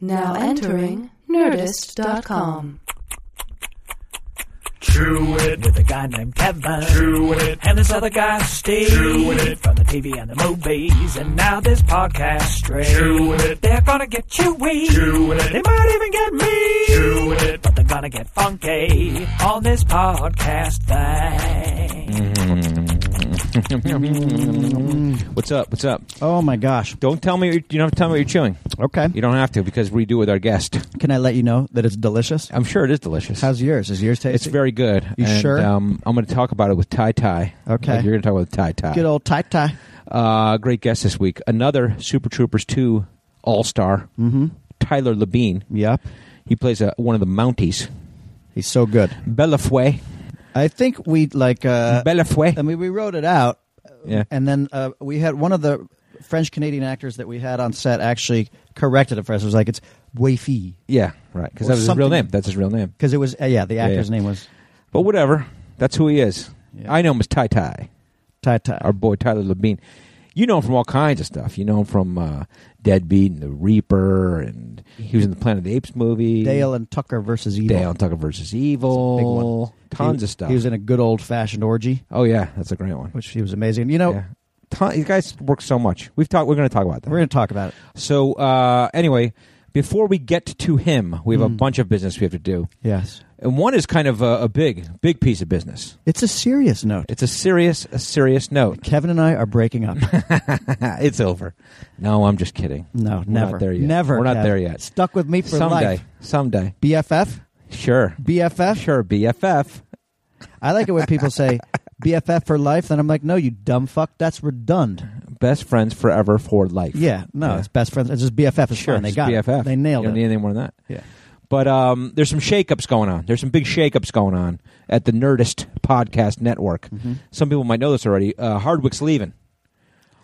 Now entering Nerdist.com. Chew it, with a guy named Kevin. chew it, And this other guy, Steve. Chew it. From the TV and the movies. And now this podcast straight. Chew it. They're gonna get chewy. chew They it, might even get me. chew it. But they're gonna get funky on this podcast thing. What's up? What's up? Oh my gosh. Don't tell me you don't have to tell me what you're chewing. Okay. You don't have to because we do with our guest. Can I let you know that it's delicious? I'm sure it is delicious. How's yours? Is yours tasty? it's very good. You And, sure? Um, I'm going to talk about it with Tai Tai. Okay. You're going to talk about Tai Tai. good old tie tie. Uh, great guest this week. Another Super Troopers 2 All Star, mm-hmm. Tyler Labine. Yep. He plays uh one of the Mounties. He's so good. Bellafue. I think we like. Uh, I Bellafue. mean, we wrote it out, Yeah. and then uh, we had one of the French Canadian actors that we had on set actually corrected it for us. It was like it's Wafy Yeah, right. Because that Or was his real something. name. That's his real name. because it was uh, yeah the actor's yeah. name was But whatever. That's who he is. Yeah. I know him as Tai Tai. tie tie. our boy Tyler Labine. You know him from all kinds of stuff. You know him from uh, Deadbeat and The Reaper, and he was in the Planet of the Apes movie. Dale and Tucker versus Evil. Dale and Tucker versus Big one. Evil. Tons He- of stuff. He was in a good old fashioned orgy, oh yeah, that's a great one. which he was amazing. You know, Yeah. Ton- you guys work so much. We've talked. We're going to talk about that. we're going to talk about it. so uh, anyway, before we get to him, we have a Mm. bunch of business we have to do, Yes, and one is kind of a, a big, big piece of business. it's a serious note. It's a serious, a serious note. Kevin and I are breaking up. it's over. No, I'm just kidding. No, We're never. not there yet. Never. We're not Kev. there yet. Stuck with me for someday, life. someday. BFF? Sure. BFF? Sure, BFF. I like it when people say BFF for life. Then I'm like, no, you dumb fuck. That's redundant. Best friends forever for life. Yeah. No, Yeah. it's best friends. It's just BFF. It's sure. fine. They it's got it. BFF. They nailed you don't it. Need anything more than that. Yeah. But um, there's some shakeups going on. There's some big shakeups going on at the Nerdist Podcast Network. Mm-hmm. Some people might know this already. Uh, Hardwick's leaving.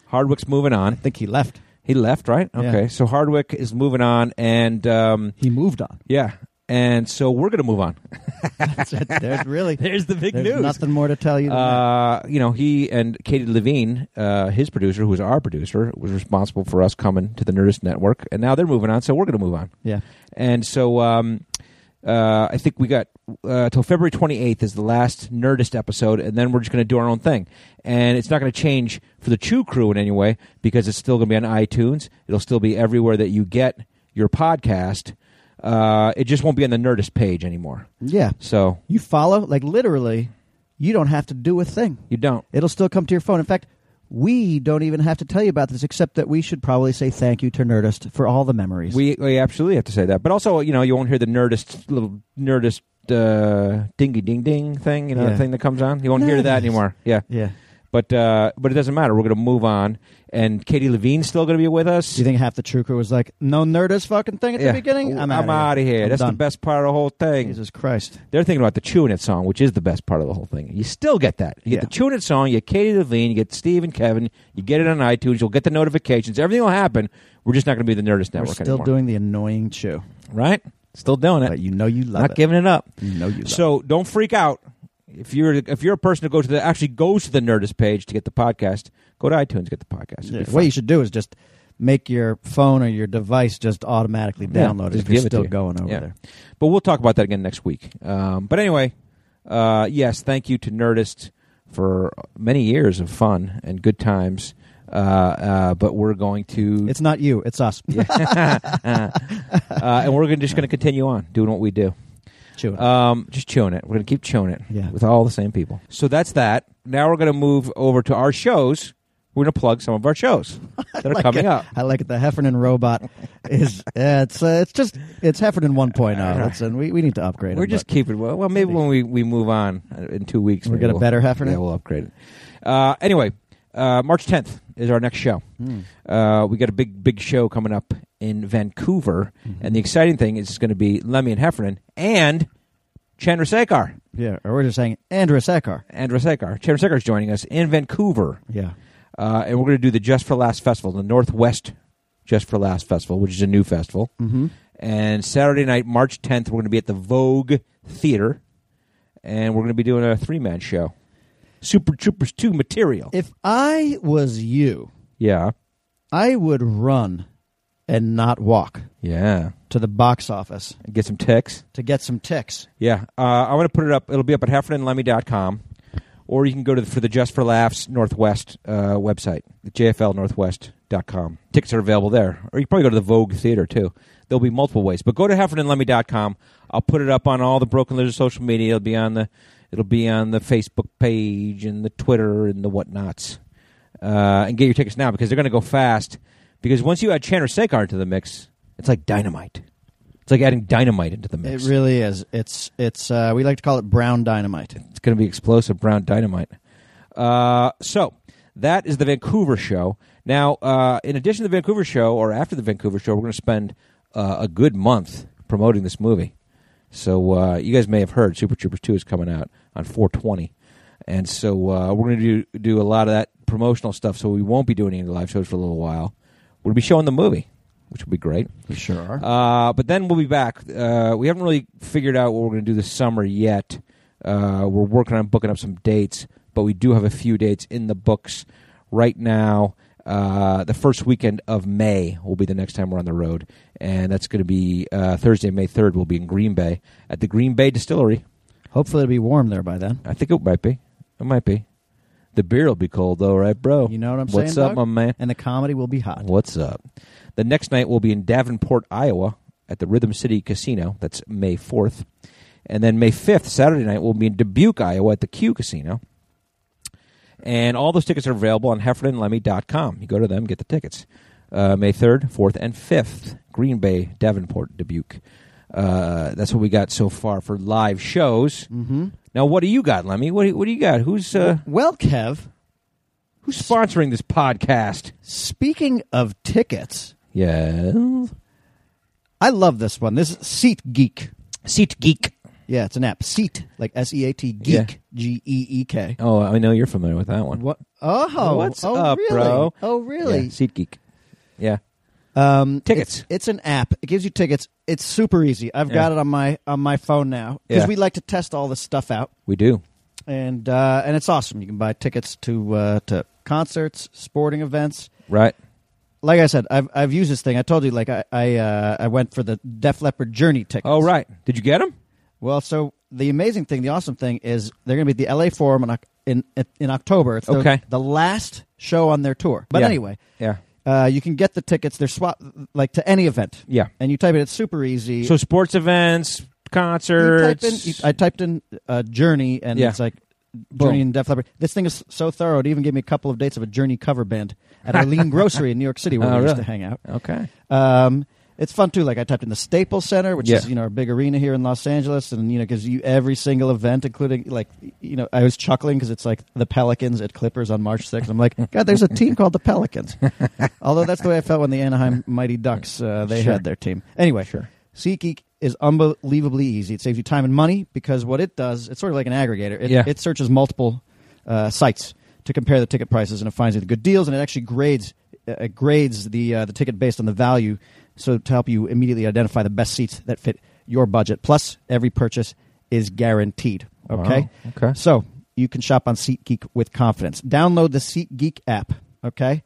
Hardwick's moving on. I think he left. He left, right? Yeah. Okay. So Hardwick is moving on, and um, He moved on. yeah, and so we're gonna move on. That's it. There's really There's the big there's nothing more to tell you. Than uh, you know, he and Katie Levine, uh, his producer, who was our producer, was responsible for us coming to the Nerdist Network, and now they're moving on, so we're going to move on. that. Yeah. And so um, uh, I think we got uh, till February 28th is the last Nerdist episode, and then we're just going to do our own thing. And it's not going to change for the Chew crew in any way because it's still going to be on iTunes. It'll still be everywhere that you get your podcast. Uh, it just won't be on the Nerdist page anymore. Yeah. So You follow? Like literally, you don't have to do a thing. you don't. It'll still come to your phone. In fact, we don't even have to tell you about this, except that we should probably say thank you to Nerdist for all the memories. We, we absolutely have to say that. But also, you know, you won't hear the nerdist little nerdist uh, dingy ding ding thing, you know, Yeah. that thing that comes on. You won't hear that Nerdist. anymore. Yeah. yeah. But uh, but it doesn't matter. We're going to move on. And Katie Levine's still going to be with us. Do you think half the true crew was like, no Nerdist fucking thing at Yeah. the beginning? I'm out outta of here. I'm That's done. the best part of the whole thing. Jesus Christ. They're thinking about the Chewing It song, which is the best part of the whole thing. You still get that. You get Yeah. the Chewing It song, you get Katie Levine, you get Steve and Kevin, you get it on iTunes, you'll get the notifications. Everything will happen. We're just not going to be the Nerdist We're Network still anymore. doing the annoying chew, right? Still doing but it. you know you love Not it. giving it up. you know you love it. So don't freak out. If you're if you're a person who goes to the actually goes to the Nerdist page to get the podcast, go to iTunes get the podcast. It'll Yeah. be What fun. you should do is just make your phone or your device just automatically Yeah, download it just if you're give it to still you. going over Yeah. there. But we'll talk about that again next week. Um, but anyway, uh, yes, thank you to Nerdist for many years of fun and good times. Uh, uh, but we're going to It's not you, it's us. uh, and we're gonna, just going to continue on doing what we do. Chew it. Um, just chewing it. We're going to keep chewing it Yeah. with all the same people. So that's that. Now we're going to move over to our shows. We're going to plug some of our shows that are coming it. up. I like it. The Heffernan robot is yeah, it's uh, it's just it's Heffernan 1.0. It's, and we, we need to upgrade. We're him, just but keeping well. Well, maybe when we, we move on uh, in two weeks, We're maybe gonna we'll- better Heffernan? Yeah, we'll upgrade it. Uh, anyway, uh, March 10th is our next show. Uh, we got a big big show coming up in Vancouver, and the exciting thing is it's going to be Lemmy and Heffernan and Chandra Sekar. yeah, or we're just saying Andrew Sekar. Andra Sekar, Chandra Sekar is joining us in Vancouver, Yeah. uh, and we're going to do the Just for Last Festival, the Northwest Just for Last Festival, which is a new festival. Mm-hmm. And Saturday night, March 10th, we're going to be at the Vogue Theater, and we're going to be doing a three man show. Super Troopers 2 material. If I was you, yeah. I would run and not walk Yeah. to the box office Get some ticks. to get some ticks. Yeah. Uh, I'm going to put it up. It'll be up at heffernandlemmy.com. Or you can go to the, for the Just for Laughs Northwest uh, website, jflnorthwest.com. Tickets are available there. Or you can probably go to the Vogue Theater, too. There'll be multiple ways. But go to heffernandlemmy.com. I'll put it up on all the Broken Lizard social media. It'll be on the it'll be on the Facebook page and the Twitter and the whatnots. Uh, and get your tickets now because they're going to go fast. Because once you add Chandra Sekar into the mix, it's like dynamite. It's like adding dynamite into the mix. It really is. It's it's uh, we like to call it brown dynamite. It's going to be explosive brown dynamite. Uh, so that is the Vancouver show. Now, uh, in addition to the Vancouver show, or after the Vancouver show, we're going to spend uh, a good month promoting this movie. So uh, you guys may have heard Super Troopers Two is coming out on 420, and so uh, we're going to do do a lot of that promotional stuff. So we won't be doing any live shows for a little while. We'll be showing the movie, which will be great. We sure are. Uh, but then we'll be back. Uh, we haven't really figured out what we're going to do this summer yet. Uh, we're working on booking up some dates, but we do have a few dates in the books right now. Uh, the first weekend of May will be the next time we're on the road, and that's going to be uh, Thursday, May third. We'll be in Green Bay at the Green Bay Distillery. Hopefully, it'll be warm there by then. I think it might be. It might be. The beer will be cold though, right, bro? You know what I'm saying? Oh, What's up, Doug? my man? And the comedy will be hot. What's up? The next night will be in Davenport, Iowa at the Rhythm City Casino. That's May 4th. And then May 5th, Saturday night, we'll be in Dubuque, Iowa at the Q Casino. And all those tickets are available on heffernanlemmy.com. You go to them, get the tickets. Uh, May 3rd, 4th, and 5th, Green Bay, Davenport, Dubuque. Uh, that's what we got so far for live shows. Mm-hmm. Now, what do you got, Lemmy? What do, what do you got? Who's uh, Well, Kev, who's sponsoring this podcast? speaking of tickets, Yeah, I love this one. This is Seat Geek. Seat Geek. Yeah, it's an app. Seat, like S E A T Geek, Yeah. G E E K. Oh, I know you're familiar with that one. What? Oh, What's oh, up, really? bro? Oh, Yeah, really? Seat Geek. Yeah. Um, Tickets. It's, it's an app. It gives you tickets. It's super easy. I've got Yeah. it on my on my phone now because Yeah. we like to test all this stuff out, We do. and uh, and it's awesome. You can buy tickets to uh, to concerts, sporting events. Right. Like I said, I've I've used this thing. I told you, like I I, uh, I went for the Def Leppard Journey tickets. Oh, right. Did you get them? Well, so the amazing thing, the awesome thing is they're going to be at the LA Forum in Oc- in in October. It's the, Okay. the last show on their tour. But Yeah. anyway, Yeah. uh, you can get the tickets. They're swap like to any event. Yeah. and you type it. It's super easy. So sports events, You type concerts. in- you- I typed in uh, Journey, and Yeah. it's like Boom. Journey and Def Leppard. This thing is so thorough; it even gave me a couple of dates of a Journey cover band at Arlene Grocery in New York City, where Oh, we used really? to hang out. okay. Um, it's fun too. Like I typed in the Staples Center, which Yeah. is you know our big arena here in Los Angeles, and you know gives you every single event, including like you know I was chuckling because it's like the Pelicans at Clippers on March 6th. I'm like, God, there's a team called the Pelicans. Although that's the way I felt when the Anaheim Mighty Ducks uh, they Sure. had their team. Anyway, Sure. SeatGeek is unbelievably easy. It saves you time and money because what it does, it's sort of like an aggregator. It, Yeah. it searches multiple uh, sites to compare the ticket prices, and it finds you the good deals, and it actually grades uh, it grades the uh, the ticket based on the value, so to help you immediately identify the best seats that fit your budget. Plus, every purchase is guaranteed. Okay. Wow. Okay. So you can shop on SeatGeek with confidence. Download the SeatGeek app. Okay.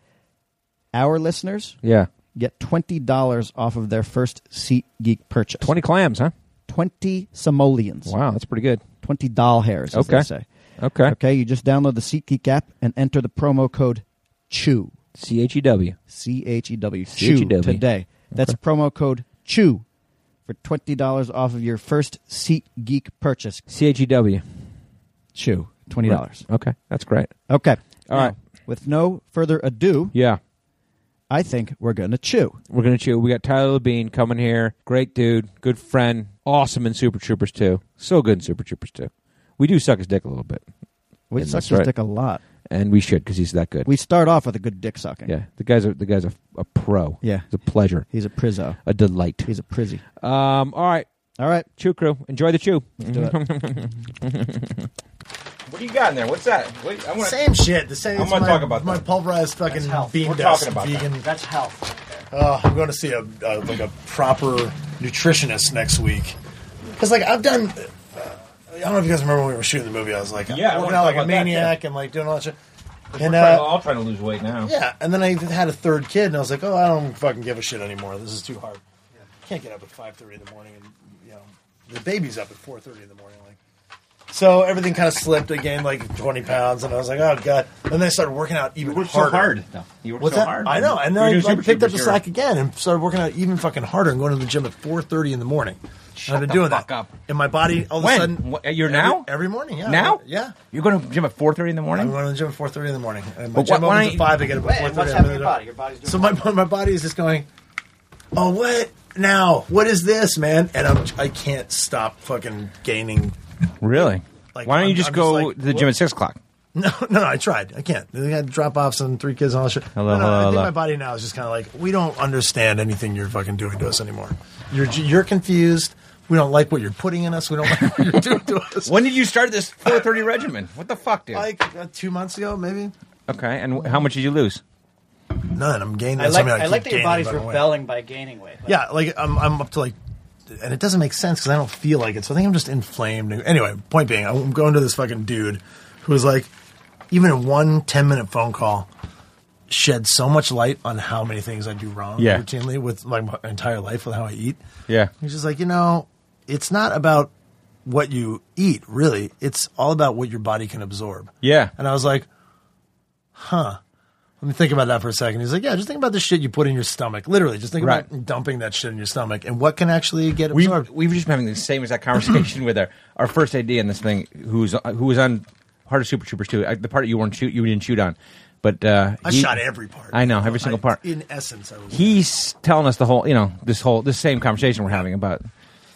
Our listeners Yeah. get twenty dollars off of their first SeatGeek purchase. 20 clams, huh? 20 simoleons, Wow, that's pretty good. 20 doll hairs, as Okay. they say. Okay. Okay, you just download the SeatGeek app and enter the promo code CHEW, C H E W. C H E W, CHEW CHEW. today. That's promo code CHEW for $20 off of your first SeatGeek purchase. C H E W. CHEW, $20. Okay. That's great. Okay. All right. With no further ado, Yeah. I think we're going to chew. We're going to chew. We got Tyler Labine coming here. Great dude. Good friend. Awesome in Super Troopers too. So good in Super Troopers too. We do suck his dick a little bit, We Yeah, suck that's his right. dick a lot. and we should because he's that good. We start off with a good dick sucking. yeah. The guy's a, the guy's a, a pro. Yeah. It's a pleasure. He's a prizzo. A delight. He's a prizzy. Um, all right, All right. Chew Crew, enjoy the chew. do it. What do you got in there? What's that? Wait, I wanna- Same shit. The same. I'm it's gonna my, talk about my that. pulverized fucking health. bean We're dust. talking about vegan. That's health. Oh, I'm going to see a, a like a proper nutritionist next week. Because like I've done. uh, I don't know if you guys remember when we were shooting the movie. I was like, Yeah, I working wanna out talk like a about that, maniac and like doing all that shit. And, uh, all trying to lose weight now. Yeah, and then I had a third kid, and I was like, oh, I don't fucking give a shit anymore. This is too hard. Can't get up at five thirty in the morning, and you know, the baby's up at four thirty in the morning. Like, so everything kind of slipped. I gained like twenty pounds, and I was like, oh god. And then I started working out even harder. You work What's that? I know, and then I, I picked up the slack again and started working out even fucking harder and going to the gym at four thirty in the morning. Shut and I've been the doing fuck that. up. And my body all of When? a sudden What, you're every- now? every morning. Yeah, Now? yeah. You're going to the gym at four thirty in the I'm morning. going to the gym at four thirty in the morning. And my But gym why- why opens at ain't- five. I get up at Wait, four what's thirty. happening to your body? Your body's doing so my my body is just going. Oh what now? What is this, man? And I'm I can't stop fucking gaining. Really? Like, Why don't you I'm- just I'm just go like, to the gym at six o'clock? No, no, I tried. I can't. I had drop offs and three kids and all that shit. Hello, No, no, hello, I think hello. my body now is just kind of like we don't understand anything you're fucking doing to us anymore. You're you're confused. We don't like what you're putting in us. We don't like what you're doing to us. When did you start this four thirty regimen? What the fuck, dude? Like uh, two months ago, maybe okay, and wh- how much did you lose? none. I'm gaining. I like, mean, I I keep like that your gaining body's fucking weight. rebelling by gaining weight. Like, Yeah, like I'm, I'm up to like, and it doesn't make sense because I don't feel like it. So I think I'm just inflamed. Anyway, point being, I'm going to this fucking dude who was like, even in one 10 minute phone call, shed so much light on how many things I do wrong Yeah. routinely with like my entire life with how I eat. Yeah. He's just like, you know, it's not about what you eat, really. It's all about what your body can absorb. Yeah. And I was like, huh. Let me think about that for a second. He's like, yeah, just think about the shit you put in your stomach. Literally, just think Right. about dumping that shit in your stomach and what can actually get We absorbed. we've just been having the same exact conversation with our, our first AD in this thing, who's who was on Heart of Super Troopers too. I, the part you weren't shoot you didn't shoot on, but uh, I he- shot every part. I know every single I- part. In essence, I was. He's telling us the whole you know this whole this same conversation we're having about.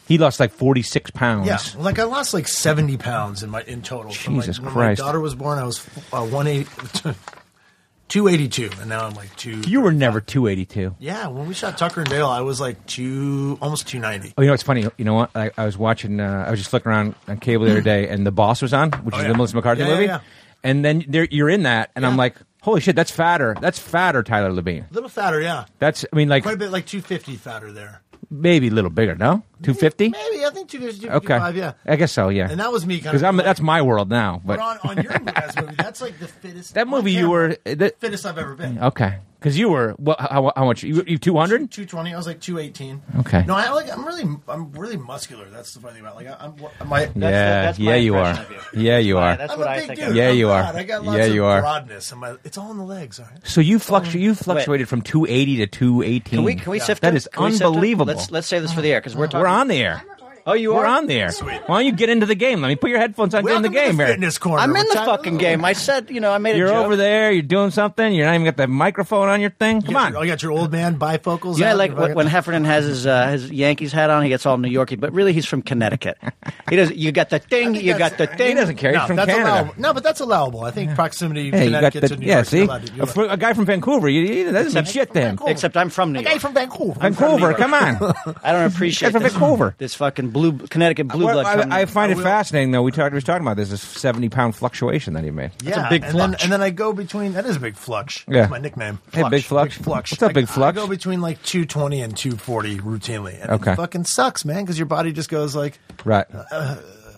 He lost like forty six pounds. yeah, like I lost like seventy pounds in my in total. from, like, Jesus when Christ. my daughter was born, I was uh, one eighty, two eighty two, and now I'm like two. You were never two eighty two. Yeah, when we shot Tucker and Dale, I was like two, almost two ninety. Oh, you know what's funny? You know what? I, I was watching. Uh, I was just flicking around on cable the other day, and The Boss was on, which Mm. Oh, is yeah. the Melissa McCarthy Yeah, yeah, movie. yeah. And then there, you're in that, and I'm Yeah. like, holy shit, that's fatter. That's fatter, Tyler Labine. A little fatter, yeah. That's, I mean, like Quite a bit, like two fifty fatter there. maybe a little bigger. No, two fifty. Maybe I think two fifty Okay, five. Yeah, I guess so. Yeah, And that was me kind because of I'm like- that's my world now. But But on, on your guys' movie, that's like the fittest. that on movie, you camera, were uh, that, fittest I've ever been. okay because you were what? How, how much? You two hundred? Two twenty. I was like two eighteen. Okay. No, I like. I'm really, I'm really muscular. That's the funny thing about. Like, I- I'm my. Yeah, that's my yeah, you are. impression of you. Yeah, you why- are. that's I'm what a I big think. dude. Yeah, I'm you not. are. I got lots Yeah, of you are. broadness. And my, it's all in the legs. All right. So you fluctu- you fluctuated from two eighty to two eighteen. Can we can we sift? That it? is Can we sift it? unbelievable. Let's let's save this for the air because we're talking. We're on the air. Oh, you We're are on the air. Why don't you get into the game? Let me put your headphones on. Get in Welcome the game, to the Eric. fitness corner. I'm in the We're fucking game. I said, you know, I made a You're joke. over there. You're doing something. You're not even got the microphone on your thing. Come Get on. oh, your- I Oh, got your old man bifocals. You know, out, like you when, fucking- when Heffernan has his uh, his Yankees hat on, he gets all New Yorky, but really he's from Connecticut. He does. You got the thing. You got the he thing. doesn't care. He's No, from that's Canada. allowable. No, but that's allowable. I think proximity Hey, you got Connecticut the to New yeah. York. See, is a, allowed to- you're allowed- fr- a guy from Vancouver. You, you- that doesn't mean shit to him. Except I'm from New Hey, York. from Vancouver. Vancouver, come on. I don't appreciate Guy from this, Vancouver. this fucking blue Connecticut blue Well, blood. coming I, I in. find I it will- fascinating though. We talked. We were talking about this. This seventy pound fluctuation that he made. Yeah, a big and then, flux. and then I go between. That is a big flux. Yeah. That's my nickname. Hey, big flux. What's up, I- big flux? I go between like two twenty and two forty routinely, and Okay. it fucking sucks, man, because your body just goes like. Right.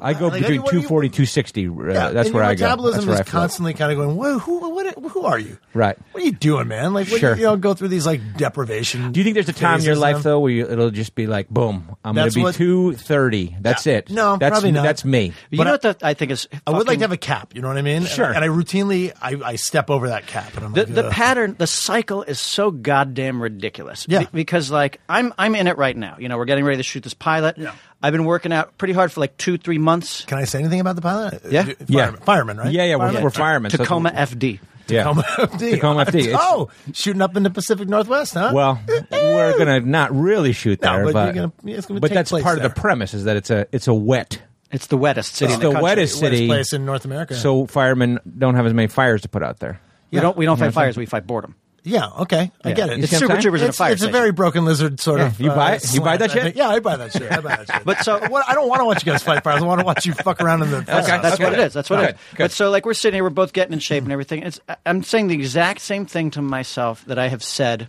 I go Uh, like, between what do you- 240 260. Uh, that's and where your I go. That's Metabolism where is I float. constantly kind of going. Whoa, who, what, who are you? Right. What are you doing, man? Like, what, Sure. do you, you know, go through these like deprivation. Do you think there's a time in your phases life now? though where you, it'll just be like, boom, I'm going That's to be what- 230. That's Yeah. it. No, that's, probably not. That's me. you but know I- what the, I think is. I would like fucking- to have a cap. You know what I mean? Sure. And I, and I routinely I, I step over that cap, and I'm the, like, the "Ugh." pattern the cycle is so goddamn ridiculous Yeah. Be- because like i'm i'm in it right now you know we're getting ready to shoot this pilot Yeah. i've been working out pretty hard for like two three months Can I say anything about the pilot? Uh, Yeah. Fireman, Yeah. fireman, right? Yeah, yeah, we're, Fireman? we're firemen. so- tacoma fd yeah. Tacoma FD. Tacoma FD. It's- Oh, shooting up in the Pacific Northwest, huh? Well, we're gonna not really shoot No, there, but but, you're gonna- yeah, it's gonna but take that's place part of the there. premise is that it's a it's a wet. it's the wettest city It's in the, the country. wettest Wettest city, place in North America. so firemen don't have as many fires to put out there. we don't we don't fight fires we fight boredom yeah, okay, I get it. You it's see what I'm saying? super troopers in a it's, fire it's a station. very broken lizard sort Yeah, of. you buy- uh, you buy that slant, I shit? think. Yeah, I buy that shit. I buy that shit. uh, But so- what, I don't want to watch you guys fight fires. I want to watch you fuck around in the. Okay. that's what it is. That's what Good, it is. good. But so, like, we're sitting here, we're both getting in shape and everything. It's, I- I'm saying the exact same thing to myself that I have said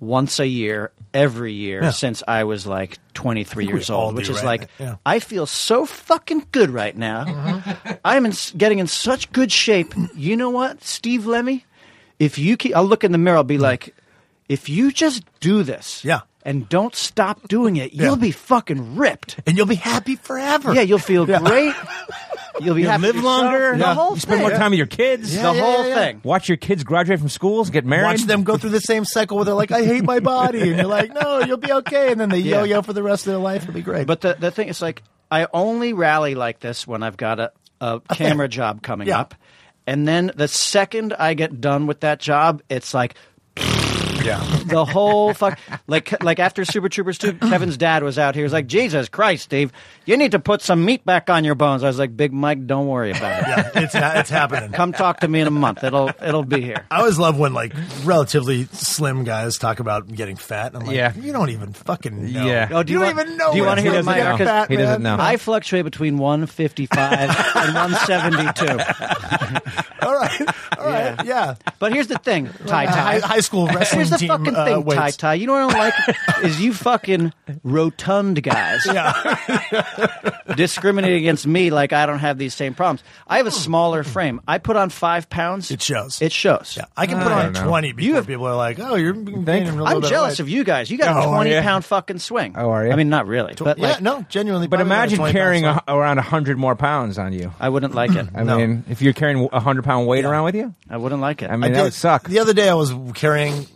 once a year, every year Yeah. since I was like 23 years all old, do, which is right? like, Yeah. Mm-hmm. I feel so fucking good right now. I am in, s- getting in such good shape. You know what, Steve Lemmy? If you keep, I'll look in the mirror. I'll be like, if you just do this, Mm. Yeah. and don't stop doing it, Yeah. you'll be fucking ripped. and you'll be happy forever. Yeah, you'll feel great. You'll be You'll happy live with yourself. longer. The Yeah. whole You spend thing. more time with your kids. The whole thing. Watch your kids graduate from schools, get married. Watch them go through the same cycle where they're like, "I hate my body," and you're like, "No, you'll be okay." And then they Yeah. yo-yo for the rest of their life. It'll be great. But the, the thing is, like, I only rally like this when I've got a, a camera job coming Yeah. up. And then the second I get done with that job, it's like yeah, the whole fuck. Like, like after Super Troopers 2, Kevin's dad was out here. He was like, Jesus Christ, Steve, you need to put some meat back on your bones. I was like, Big Mike, don't worry about it. yeah, it's ha- it's happening. Come talk to me in a month. It'll it'll be here. I always love when like relatively slim guys talk about getting fat. And I'm like, Yeah. you don't even fucking know. Yeah. Oh, do you, you don't want- even know. do you what wanna it's hear like his to get Mike? fat, He doesn't man. know. I fluctuate between 155 and 172. All right, all right, yeah. Uh, But here's the thing, Ty High, Ty. high school wrestling Here's the team fucking uh, thing, Ty weights. Ty. You know what I don't like is you fucking rotund guys Yeah, discriminating against me like I don't have these same problems. I Hmm. have a smaller frame. I put on five pounds. It shows. It shows. yeah. I can put I on don't know. twenty before have- people are like, "Oh, you're gaining a little I'm bit jealous of of weight. you guys. You got Oh, a are twenty ya? pound fucking swing. Oh, are ya? I mean, not really, but yeah, like, no, genuinely. But probably about a imagine 20 pound carrying song. a, around 100 more pounds on you. I wouldn't like it. I No. mean, if you're carrying a 100 pound weight around with you, I wouldn't like it. I mean, I that did- would suck. The other day, I was carrying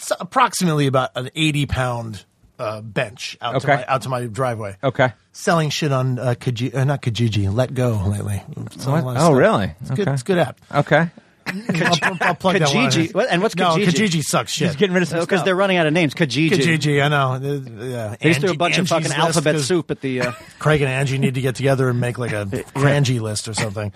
s- approximately about an eighty-pound uh, bench out to Okay. my out to my driveway. Okay. selling shit on uh, Kijiji, uh, not Kijiji, Let Go lately. Selling a lot of Oh, stuff. really? It's good. Okay. It's a good app. Okay. I'll, I'll plug that one. in. Kijiji. What- and what's no, Kijiji? Kijiji sucks shit. He's getting rid of some stuff. because Oh, they're running out of names. Kijiji. Kijiji, I know. Uh, yeah. They just threw a Angie- bunch Angie's of fucking List, alphabet 'cause soup at the. Uh, Craig and Angie need to get together and make like a Crangy list or something.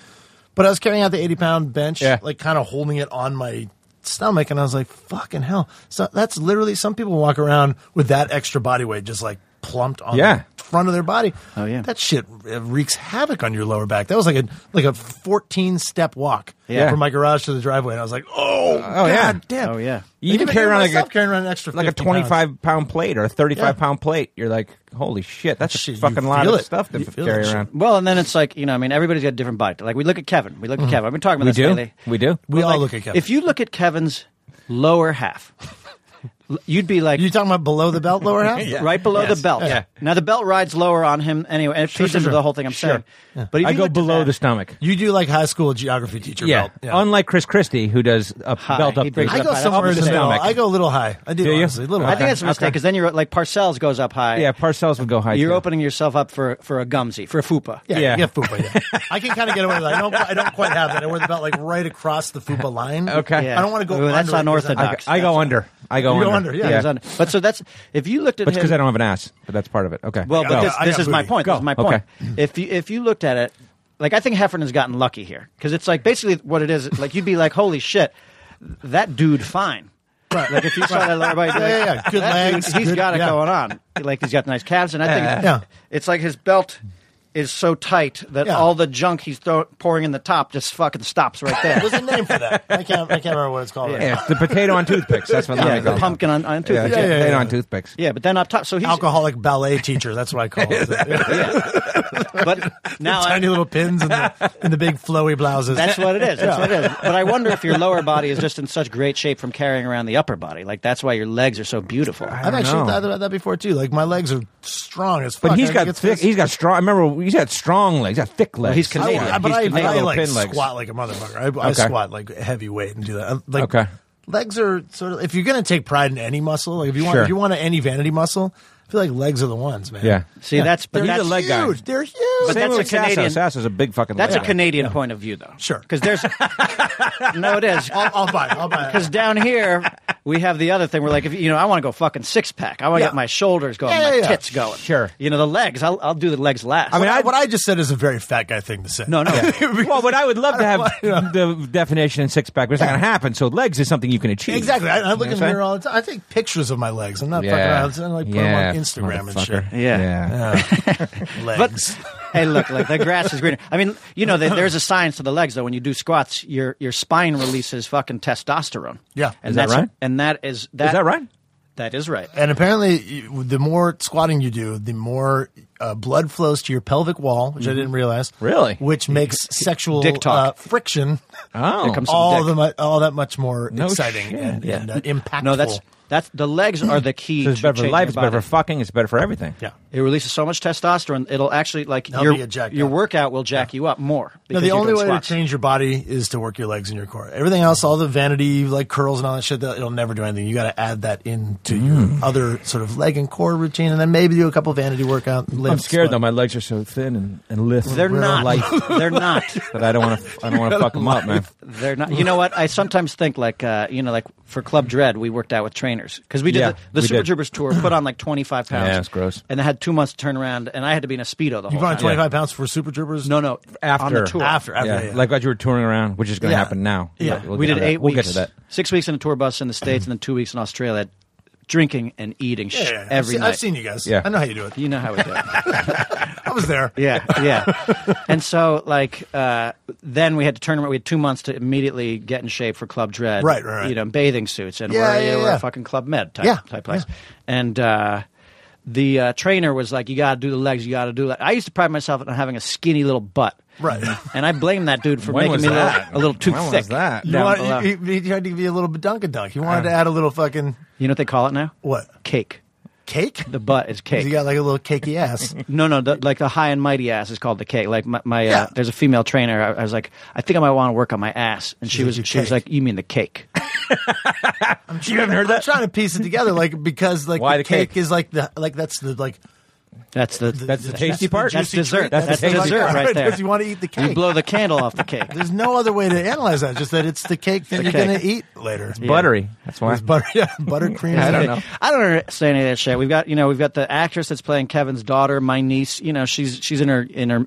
But I was carrying out the 80 pound bench, Yeah. like kind of holding it on my stomach, and I was like, fucking hell. So that's literally some people walk around with that extra body weight just like plumped on Yeah. the front of their body. Oh, yeah. That shit uh, wreaks havoc on your lower back. That was like a like a 14 step walk Yeah. from my garage to the driveway, and I was like, oh, oh God yeah. damn. oh yeah. You even carry around like myself a, carrying around an extra like a 50 pounds. 25 pound plate or a 35 Yeah. pound plate. You're like, holy shit, that's Shit, a you fucking lot feel of it. stuff to You f- feel carry that shit. around. Well, and then it's like you know, I mean, everybody's got a different body. Like we look at Kevin. We look at Kevin. I've been talking about We this do. lately. We do. Mm-hmm. We all Like, look at Kevin. If you look at Kevin's lower half, l- you'd be like you talking about below the belt lower half? right below Yes. the belt. Yeah. Now the belt rides lower on him anyway, and it fits into sure. the whole thing I'm saying. But if I you go looked at below that- the stomach. You do like high school geography teacher Yeah. belt. Yeah. Unlike Chris Christie, who does a belt up He three brings I it go up high. somewhere in the Opposite middle. stomach. I go a little high. I do, Do you? honestly. A little I high. think that's a mistake because then you're like Parcells goes up high. Yeah, Parcells would go high. You're too. opening yourself up for for a gumsy for a fupa. yeah, yeah. yeah. fupa. Yeah. I can kind of get away with that. I don't. I don't quite have that. I wear the belt like right across the fupa line. Okay. Yeah. I don't want to go. Ooh, that's under it 'cause I, unorthodox. go- I go under. I go You under. go under, yeah. It was on- But so that's if you looked at But it's him, because I don't have an ass. But that's part of it. Okay. Well, I but this, got- I this got is my booty. point. Go. This is my point. Okay. If you if you looked at it, like I think Heffernan's gotten lucky here because it's like basically what it is. Like you'd be like, holy shit, that dude fine. Right. Like if you saw that everybody, Yeah, yeah, yeah. Good legs, he's good- got it yeah. going on. Like he's got nice calves, and I think it's, Yeah. it's like his belt. Is so tight that Yeah. all the junk he's throw, pouring in the top just fucking stops right there. There's a name for that. I can't. I can't remember what it's called. right yeah, it's the potato on toothpicks. That's what yeah, they the call it. pumpkin on, on Yeah, toothpick. yeah, Yeah. potato yeah, on yeah. toothpicks. but then up top, so he's now. Alcoholic ballet teacher. That's what I call it. Yeah. But now I- Tiny little pins and the, and the big flowy blouses. That's what it is. That's what it is. But I wonder if your lower body is just in such great shape from carrying around the upper body. Like that's why your legs are so beautiful. I've don't actually know. thought about that before too. Like my legs are strong as fuck. But he's I got think it's- thick. He's got strong. I remember he's got strong legs. He's got thick legs. he's I, Canadian. I- but He's I, Canadian. I Little like pin legs. squat like a motherfucker. I, I Okay. squat like heavyweight and do that. I'm, Like Okay. legs are sort of if you're gonna take pride in any muscle, like if you want Sure. if you want any vanity muscle, I feel like legs are the ones, man. Yeah. See, that's but They're that's leg guy. huge. They're huge. But Same that's with a Sasso. Canadian- Sasso's a big fucking. that's a leg guy. Canadian point of view, though. Sure. because there's no, it is. I'll, I'll buy. It. I'll buy. Because It. down here we have the other thing. We're like, if you know, I want to go fucking six pack. I want to Yeah. get my shoulders going, Yeah, my yeah, yeah. tits going. Sure. You know, the legs. I'll, I'll do the legs last. I mean, mean, I- what I just said is a very fat guy thing to say. no, no. well, but I would love to have the definition in six pack, but it's not going to happen. So legs is something you can achieve. Exactly. I, I look You know in what the I'm mirror all the time. I take pictures of my legs. I'm not saying? fucking Yeah. around. I like put yeah. them on Instagram and shit. motherfucker. Yeah. Legs. hey, look, like the grass is greener. I mean, you know, there- there's a science to the legs though. When you do squats, your your spine releases fucking testosterone. Yeah. and Is that that's- right? And that is that, Is that right? That is right. And apparently, you- the more squatting you do, the more uh, blood flows to your pelvic wall, which I Mm-hmm. didn't realize. Really? Which makes sexual Dick talk. Uh, friction Oh, Here comes- Some all dick. the mu- all that much more No exciting shit. and, and, uh, impactful. No, that's that's the legs are the key. so it's to better for changing life. your It's better body. for fucking. It's better for everything. yeah. It releases so much testosterone, it'll actually like That'll your be a jack your up. workout will jack you up more. No, because the you're only way doing squats. to change your body is to work your legs and your core. Everything else, all the vanity, like curls and all that shit, that, it'll never do anything. You got to add that into Mm. your other sort of leg and core routine, and then maybe do a couple vanity workout. and I'm lifts, scared but- though. My legs are so thin and, and lithe. They're not. light They're not. that I don't want to. I don't want to fuck them up, man. They're not. You know what? I sometimes think like uh, you know, like for Club Dread, we worked out with trainers because we did Yeah, the, the we Super did. Troopers tour. Put on like twenty five pounds. Yeah, it's gross. And I had two months to turn around, and I had to be in a speedo the You whole brought time. 25 pounds for Super Troopers? No, no. on the After. tour. After, after, Yeah, yeah, yeah. like as you were touring around, which is going to Yeah. happen now. Yeah. We'll we get did to that. eight. We'll weeks, get to that. Six weeks in a tour bus in the states, and then two weeks in Australia, drinking and eating Yeah, sh- yeah, yeah. I've every seen- night. I've seen you guys. Yeah. I know how you do it. You know how we do. it. I was there. Yeah, yeah. and so, like, uh, then we had to turn around. We had two months to immediately get in shape for Club Dread. Right, right, right. You know, bathing suits, and Yeah, we're, yeah, we're yeah. a fucking Club Med type, Yeah, type place. And uh, the uh, trainer was like, you got to do the legs, you got to do that. I used to pride myself on having a skinny little butt. Right. And I blame that dude for When making was me a little, that? a little too When was thick. that? You You down want- below. he, he tried to give you a little badunka dunk. He wanted to add a little fucking you know what they call it now? what Cake. cake? The butt is cake. You got like a little cakey ass. No, no, the, like the high and mighty ass is called the cake. Like my, my Yeah. uh, there's a female trainer. I, I was like, I think I might want to work on my ass, and she She's was like, "Your she was cake." like, you mean the cake? You haven't heard I'm trying to piece it together, like because like Why the, the cake? cake? is like the like that's the like That's the, That's the tasty part? That's juicy dessert. treat. That's the fucking dessert part, right there. Because you want to eat the you cake. blow the candle off the cake. There's no other way to analyze that. Just that it's the cake that you're cake. gonna eat later. Buttery. That's why. It's butter, yeah, buttercream. I don't know. I don't understand any of that shit. We've got you know we've got the actress that's playing Kevin's daughter, my niece. You know she's she's in her in her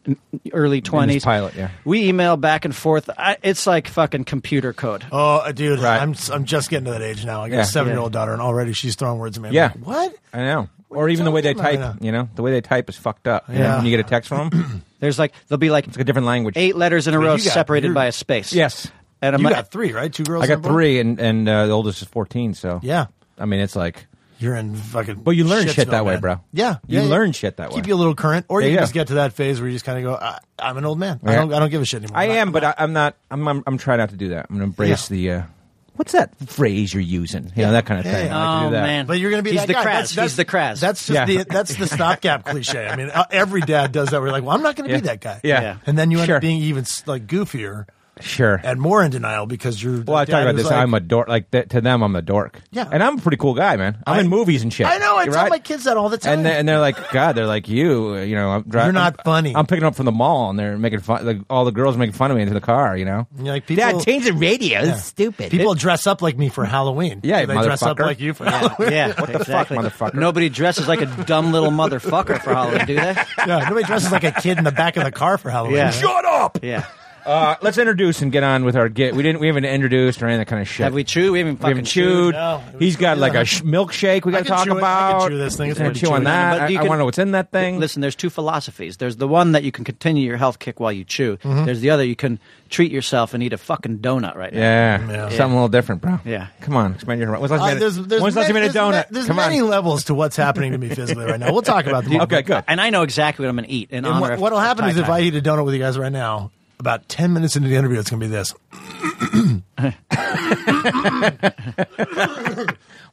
early twenties. pilot, yeah. We email back and forth. I, it's like fucking computer code. Oh, dude, Right. I'm I'm just getting to that age now. I got Yeah. a seven year old daughter, and already she's throwing words at me. I'm Yeah. like, what? I know. What Or are you even the way they talking about type. right now? you know, the way they type is fucked up. You know, Yeah. When you get a text from them, There's like there'll be like it's like a different language. eight letters in a Well, row you got- separated you're- by a space. Yes. and I'm You like, got three, right? Two girls. I and got a boy? three, and and uh, the oldest is fourteen. So Yeah. I mean, it's like. You're in fucking. But you learn shit shitsville, that way, man. bro. Yeah, You yeah, yeah. learn shit that way. Keep you a little current, or you There you can go. just get to that phase where you just kind of go, I, "I'm an old man. I Yeah. don't, I don't give a shit anymore." I I'm am, not- but I, I'm not. I'm, I'm. I'm trying not to do that. I'm gonna embrace Yeah. the. Uh, what's that phrase you're using? You know that kind of Yeah, thing. yeah. I like to do Oh, that. man. But you're going to be He's that the guy. Kraz. That's, that's, He's the Kraz. That's just Yeah. the that's the stopgap cliche. I mean, uh, every dad does that. Where you're like, well, I'm not going to Yeah. be that guy. Yeah. Yeah. and then you end Sure. up being even s- like goofier Sure. and more in denial because you're. well, I the dad talk about who's this. like, I'm a dork. Like th- to them, I'm a dork. Yeah. and I'm a pretty cool guy, man. I'm I- in movies and shit. I know. I tell right? my kids that all the time. And they, and they're like, God, they're like you. uh, You know, I'm driving. You're not funny. I'm picking up from the mall, and they're making fun. Like, all the girls making fun of me into the car. You know, You're like, people- Dad, change the radio. Yeah. It's stupid. People dress up like me for Halloween. Yeah, they dress up motherfucker. like you for Yeah, Halloween. yeah. What the fuck, motherfucker? Nobody dresses like a dumb little motherfucker for Halloween, do they? Yeah, nobody dresses like a kid in the back of the car for Halloween. Yeah. Shut up. Yeah. Uh, let's introduce and get on with our get. We didn't. We haven't introduced or any of that kind of shit. Have we chewed? We haven't We fucking haven't chewed. No, it was- He's got like a sh- milkshake. We I got to can talk chew it. I can about. chew this thing. It's We're gonna hard to chew chew on it. that. But I, I you can- want to know what's in that thing. Listen, there's two philosophies. There's the one that you can continue your health kick while you chew. Mm-hmm. There's the other you can treat yourself and eat a fucking donut right now. Yeah. Yeah. something a little different, bro. Yeah. come on, expand your. When's the last Uh, minute? there's, there's when's the last many- minute there's ma- donut? There's Come many on. levels to what's happening to me physically right now. We'll talk about them. all, Okay, but- good. And I know exactly what I'm going to eat in And honor what, of what'll happen is if tie-tie. I eat a donut with you guys right now, about ten minutes into the interview, it's gonna be this.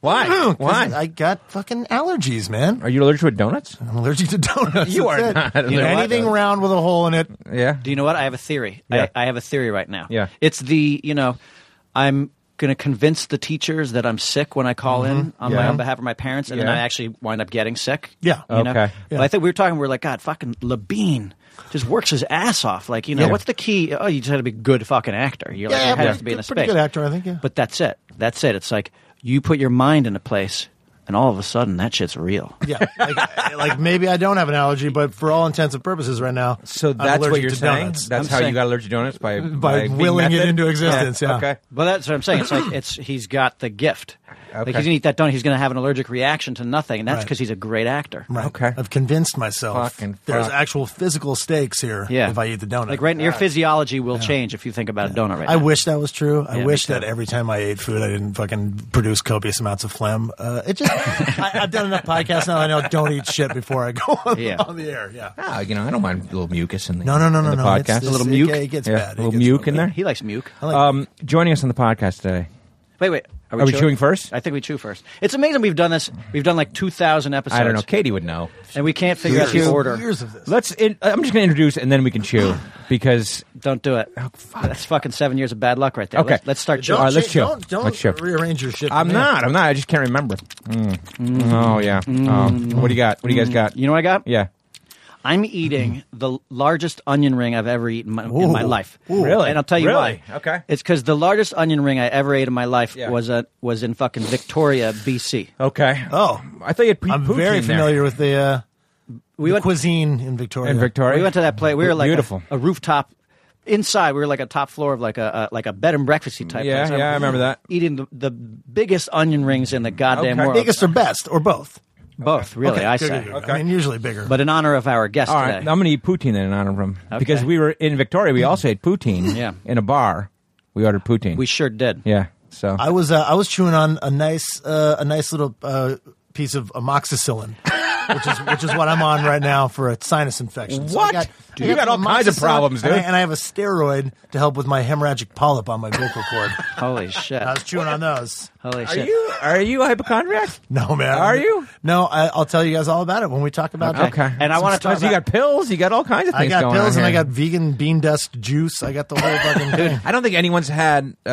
Why? Why? I got fucking allergies, man. Are you allergic to donuts? I'm allergic to donuts. You That's are it. not You allergic to know, anything donuts. round with a hole in it. Yeah. Do you know what? I have a theory. Yeah. I, I have a theory right now. Yeah. It's the, you know, I'm going to convince the teachers that I'm sick when I call in on, my, Mm-hmm. Yeah. on behalf of my parents, and then Yeah. I actually wind up getting sick. Yeah. You know? Okay. But I think we were talking, we were like, God, fucking Labine just works his ass off. Like, you know, Yeah. what's the key? Oh, you just had to be a good fucking actor. You're like, Yeah, you have yeah, to be in a pretty space. good actor, I think. Yeah. But that's it. That's it. It's like you put your mind in a place, and all of a sudden that shit's real. yeah, like, like maybe I don't have an allergy, but for all intents and purposes, right now, So I'm that's what allergic you're to saying. donuts. That's I'm how saying- you got allergic to donuts by By being willing it method? into existence, yeah. Okay. But that's what I'm saying. It's like it's he's got the gift. Like Okay. he's gonna eat that donut. He's gonna have an allergic reaction to nothing, and that's Right. because he's a great actor. Right. Okay. I've convinced myself Fucking there's fuck. actual physical stakes here Yeah. if I eat the donut. Like right, your physiology will change if you think about a donut right I now. wish that was true. I Yeah, me wish too. that every time I ate food, I didn't fucking produce copious amounts of phlegm. Uh, it just I, I've done enough podcasts now. I know don't eat shit before I go on, Yeah. on the air. Yeah. Ah, you know, I don't mind a little mucus in the No, no, no, in no, the no. podcast. It's- it's- a little it- muke, It gets Yeah, bad. a It little gets muke in bad. there. He likes muke. I like Um, joining us on the podcast today. Wait, wait. Are we chewing first? I think we chew first. It's amazing we've done this. We've done like 2,000 episodes. I don't know. Katie would know. And we can't figure out years, the order. years of this. Let's. In, I'm just going to introduce, and then we can chew because. Don't do it. That's fucking seven years of bad luck right there. Oh, Okay. Let's, let's start All chewing. right, let's cha- chill. Don't, don't Let's chill. rearrange your shit. for I'm me. not. I'm not. I just can't remember. Mm. Oh yeah. Oh. What do you got? What do you guys got? You know what I got? Yeah. I'm eating the largest onion ring I've ever eaten my, in my Ooh. life. Ooh. Really? And I'll tell you Really? why. Okay. It's because the largest onion ring I ever ate in my life Yeah. was a, was in fucking Victoria, BC. Okay. Oh, I thought you had pre I'm very familiar with the, uh, We the went cuisine in Victoria. in Victoria. We went to that place. We were like Beautiful. A, a rooftop inside. We were like a top floor of like a, a like a bed and breakfasty type. Yeah, place. yeah, I remember that. Eating the, the biggest onion rings in the goddamn Okay. world. Biggest or best or both? both, really. Okay, I good, say. good, good. I mean, usually bigger. But in honor of our guest All right. today, I'm going to eat poutine then in honor of him because we were in Victoria. We also ate poutine. Yeah. In a bar, we ordered poutine. we sure did. yeah. So. I was uh, I was chewing on a nice uh, a nice little uh, piece of amoxicillin, which is which is what I'm on right now for a sinus infection. What? Dude, you got all some kinds of amoxicillin, problems, dude. And I, and I have a steroid to help with my hemorrhagic polyp on my vocal cord. Holy shit! I was chewing on those. Holy are shit! you are you a hypochondriac? No man, Are you? No, I, I'll tell you guys all about it when we talk about it. Okay. And I wanna talk So you about- got pills. You got all kinds of I things got going on pills and I here. got vegan bean dust juice. I got the whole fucking thing. I don't think anyone's had uh,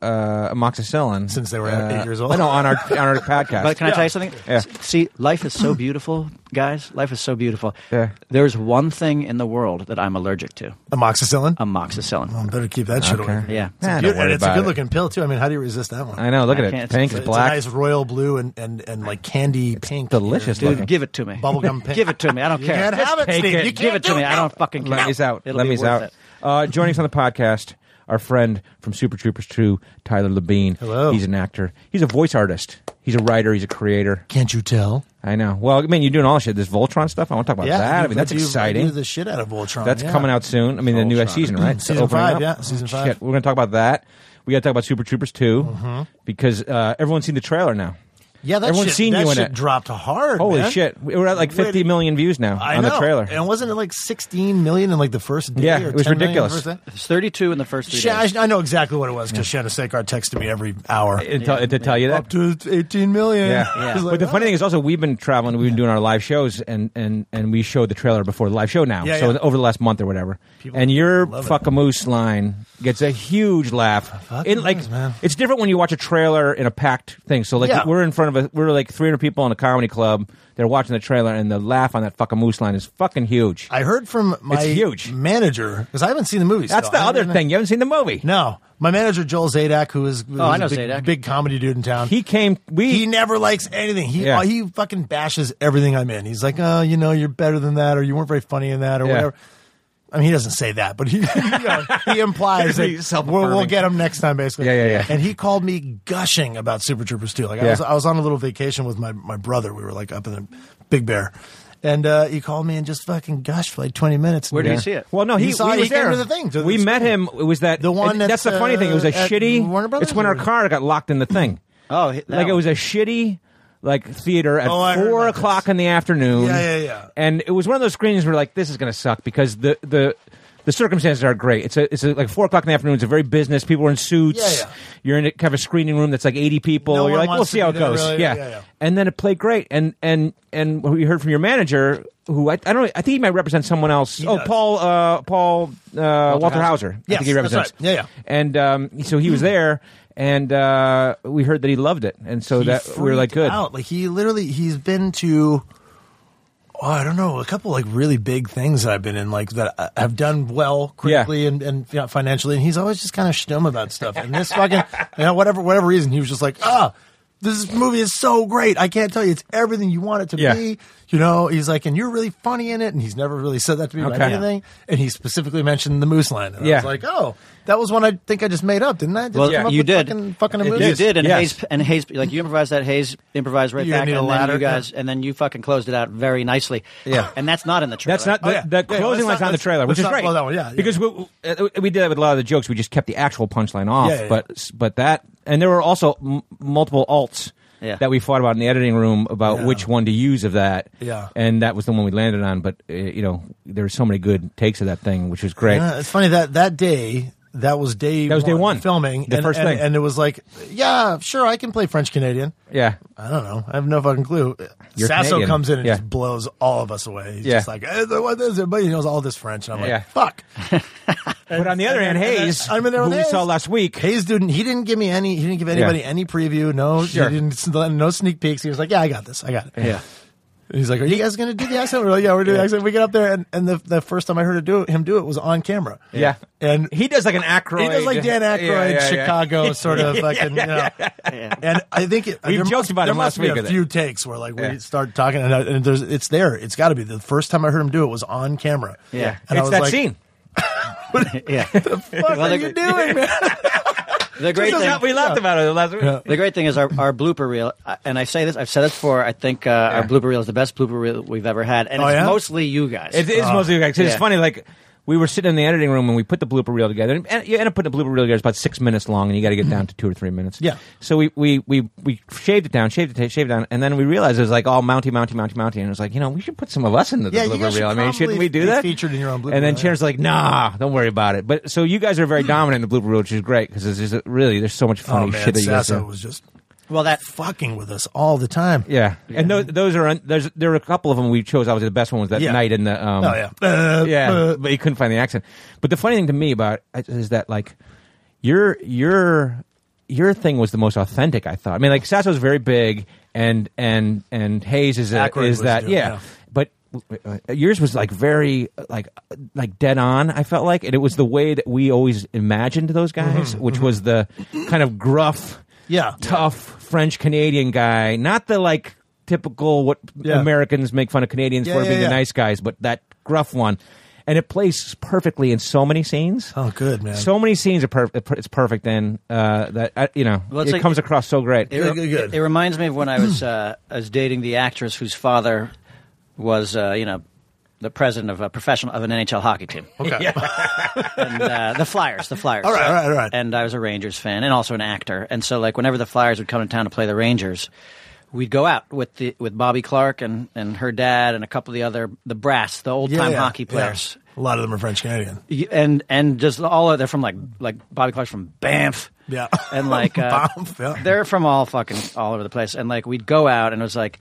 uh, amoxicillin Since they were uh, eight years old. No, on our on our podcast. But can I tell you something? Yeah. S- See, life is so beautiful, guys. Life is so beautiful. Yeah. There's one thing in the world that I'm allergic to: Amoxicillin. amoxicillin. I better keep that shit away. Yeah. Nah, Dude, Um, don't worry and it's a about good it. looking pill too. I mean, how do you resist that one? I know. Look I at it. can't- It's pink. it's- It's It's black. a nice royal blue and and, and like candy pink. delicious here. looking. Dude, give it to me. Bubblegum pink. Give it to me. I don't You care. can't have it, take Steve. it. You can't Give it to do me. I don't fucking care. Let me's out. It'll Let be me's worth out. it. Uh, joining us on the podcast, our friend from Super Troopers 2, Tyler Labine. Hello. He's an actor. He's a voice artist. He's a writer. He's a creator. Can't you tell? I know. Well, I mean, you're doing all this shit. This Voltron stuff. I want to talk about that. I mean, that's do- exciting. do the shit out of Voltron. That's yeah. coming out soon. I mean, the new Voltron. season, right? Season Opening five, up. yeah, season five. Mm-hmm. Shit, we're going to talk about that. We got to talk about Super Troopers 2 because uh, everyone's seen the trailer now. Yeah, that Everyone's shit, seen that you in shit it. dropped hard. Holy man. shit. We're at like Wait, 50 million views now I on know. the trailer. And wasn't it like 16 million in like the first day? Yeah, or it was 10 million ridiculous. the first day? It's 32 in the first three Shit, days. I, I know exactly what it was because Shanna Sekar texted me every hour. It tell- it did tell you that? Up to 18 million. Yeah. Yeah. It's like, but the funny oh. thing is also we've been traveling, we've been doing our live shows and and and we showed the trailer before the live show now. Yeah, so yeah. over the last month or whatever. People and your love it. fuck a moose line gets a huge laugh. Fucking It like moose, man. it's different when you watch a trailer in a packed thing. So like Yeah. we're in front of a we're like 300 people in a comedy club. They're watching the trailer and the laugh on that fuck a moose line is fucking huge. I heard from my It's huge. manager because I haven't seen the movie. That's still. the I haven't other even- thing. Oh, You haven't seen the movie. No, my manager Joel Zadak, who is who's I know a big, Zadak. big comedy dude in town. He came we he never likes anything. He Yeah. uh, he fucking bashes everything I'm in. He's like, oh, you know, you're better than that, or you weren't very funny in that, or Yeah. whatever. I mean, he doesn't say that, but he you know, he He's implies that self-affirming. we'll, we'll get him next time, basically. Yeah, yeah, yeah. And he called me gushing about Super Troopers too. Like I Yeah. was I was on a little vacation with my my brother. We were like up in the Big Bear, and uh, he called me and just fucking gushed for like 20 minutes. Where did Yeah. you see it? Well, no, He he, saw we it. was He came there. to the thing, to the we met him. It was that The one and That's, that's, the funny thing. It was a uh, at shitty. Warner Brothers It's when our or- car got locked in the thing. Oh, that like it one. was a shitty like theater at Oh, I four heard about o'clock this. in the afternoon. Yeah, yeah, yeah. And it was one of those screenings where like this is gonna suck because the the. The circumstances are great. It's a, it's a, like four o'clock in the afternoon. It's a very business. People are in suits. Yeah, yeah. You're in a, kind of a screening room that's like eighty people. No You're one like, wants we'll to see how it be there, goes. really. yeah. Yeah, yeah. And then it played great. And and and we heard from your manager, who I, I don't. I think he might represent someone else. oh, does. Paul uh, Paul uh, Walter, Hauser. I Yes, think he that's represents. right. Yeah, yeah. And um, so he was there, and uh, we heard that he loved it, and so He that we were like, good. freaked out. Like he literally, he's been to. Oh, I don't know, a couple like really big things that I've been in, like that I- have done well critically and, and you know, financially, and he's always just kind of stum about stuff. And this fucking, you know, whatever whatever reason, he was just like, ah, this movie is so great. I can't tell you, it's everything you want it to Yeah. be. You know, he's like, and you're really funny in it. And he's never really said that to me about Okay. anything. And he specifically mentioned the moose line. And Yeah. I was like, oh, that was one I think I just made up, didn't I? Just Well, come up you with did. fucking, fucking a It moose. You Yes. did, and Yes. Hayes and Hayes like you improvised that Hayes improvised right You back, need a and then ladder, you guys, yeah. and then you fucking closed it out very nicely. Yeah. and that's not in the trailer. That's not the, Oh, yeah. the Yeah, closing let's line's not- not in the trailer, let's- which is let's not great. blow that one, yeah, yeah. because we, uh, we did that with a lot of the jokes. We just kept the actual punchline off, Yeah, yeah, but but that and there were also m- multiple alts Yeah. that we fought about in the editing room about Yeah. which one to use of that. Yeah. and that was the one we landed on. But uh, you know, there were so many good takes of that thing, which was great. Yeah, Uh, it's funny that that day that was day That was day one. filming The and, first and- thing. and it was like yeah sure I can play French Canadian yeah. I don't know I have no fucking clue You're Sasso Canadian. comes in and Yeah. just blows all of us away he's Yeah. just like eh, what is it but he knows all this French and I'm like Yeah. fuck But on the other hand, and then- Hayes, I'm in there who with we Hayes. saw last week, Hayes didn't he didn't give me any he didn't give anybody Yeah. any preview no Sure. he didn't no sneak peeks he was like yeah I got this I got it Yeah. He's like, "Are you guys gonna do the accent?" We're like, "Yeah, we're doing the accent." We get up there, and, and the, the first time I heard it do him do it was on camera. Yeah. and he does like an Aykroyd. he does like Dan Aykroyd, Yeah, yeah, yeah. Chicago sort of fucking. you know. And I think it, We there joked must- about there him must last be week A with few takes where like we Yeah. start talking, and, I, and there's it's there. It's got to be the first time I heard him do it was on camera. Yeah. and It's I was that like, scene. Yeah. What Well, are the- you doing, man? The great thing. we laughed about it last week. The great thing is our, our blooper reel, uh, and I say this, I've said it before. I think uh, our blooper reel is the best blooper reel we've ever had, and Oh, it's yeah? mostly you guys. It Oh, is mostly like, it's yeah. funny. Like we were sitting in the editing room and we put the blooper reel together, and- and you end up putting the blooper reel together it's about six minutes long, and you got to get down to two or three minutes. Yeah. So we we we we shaved it down, shaved it, shaved it down, and then we realized it was like all mounty, mounty, mounty, mounty, and it was like you know we should put some of us into the Yeah, you blooper guys should reel. I mean, shouldn't probably we do be that? featured in your own blooper And then reel, yeah. Sharon's like, nah, don't worry about it. But so you guys are very dominant in the blooper reel, which is great because there's just really there's so much funny Oh man, shit that you guys Sasso do. was just well, that fucking with us all the time. Yeah. and those, those are un- there's there are a couple of them we chose. Obviously, the best one was that Yeah. night in the um, Oh yeah, Uh, yeah, uh, but he couldn't find the accent. But the funny thing to me about it is that like your your your thing was the most authentic. I thought. I mean, like Sasso's very big, and and and Hayes is a, Aykroyd is was that doing- yeah. yeah. But uh, yours was like very like uh, like dead on. I felt like, and it was the way that we always imagined those guys, which was the kind of gruff, Mm-hmm. Yeah. tough French Canadian guy, not the like typical what Yeah. Americans make fun of Canadians Yeah, for yeah, being yeah. the nice guys, but that gruff one, and it plays perfectly in so many scenes. oh good man. So many scenes are perfect. It's perfect in uh, that uh, you know Well, it it's like- comes across so great. Good, good, good. It, it reminds me of when I was uh, I was dating the actress whose father was uh, you know the president of a professional of an NHL hockey team. okay. And, uh, the Flyers, the Flyers. All right, all right, all right. And I was a Rangers fan and also an actor. And so like whenever the Flyers would come to town to play the Rangers, we'd go out with the with Bobby Clark and and her dad and a couple of the other the brass, the old Yeah, time yeah, hockey yeah. players. A lot of them are French Canadian. Y- and and just all of, they're from like like Bobby Clark's from Banff, Yeah. and like uh, Banff, yeah. they're from all fucking all over the place. And like we'd go out, and it was like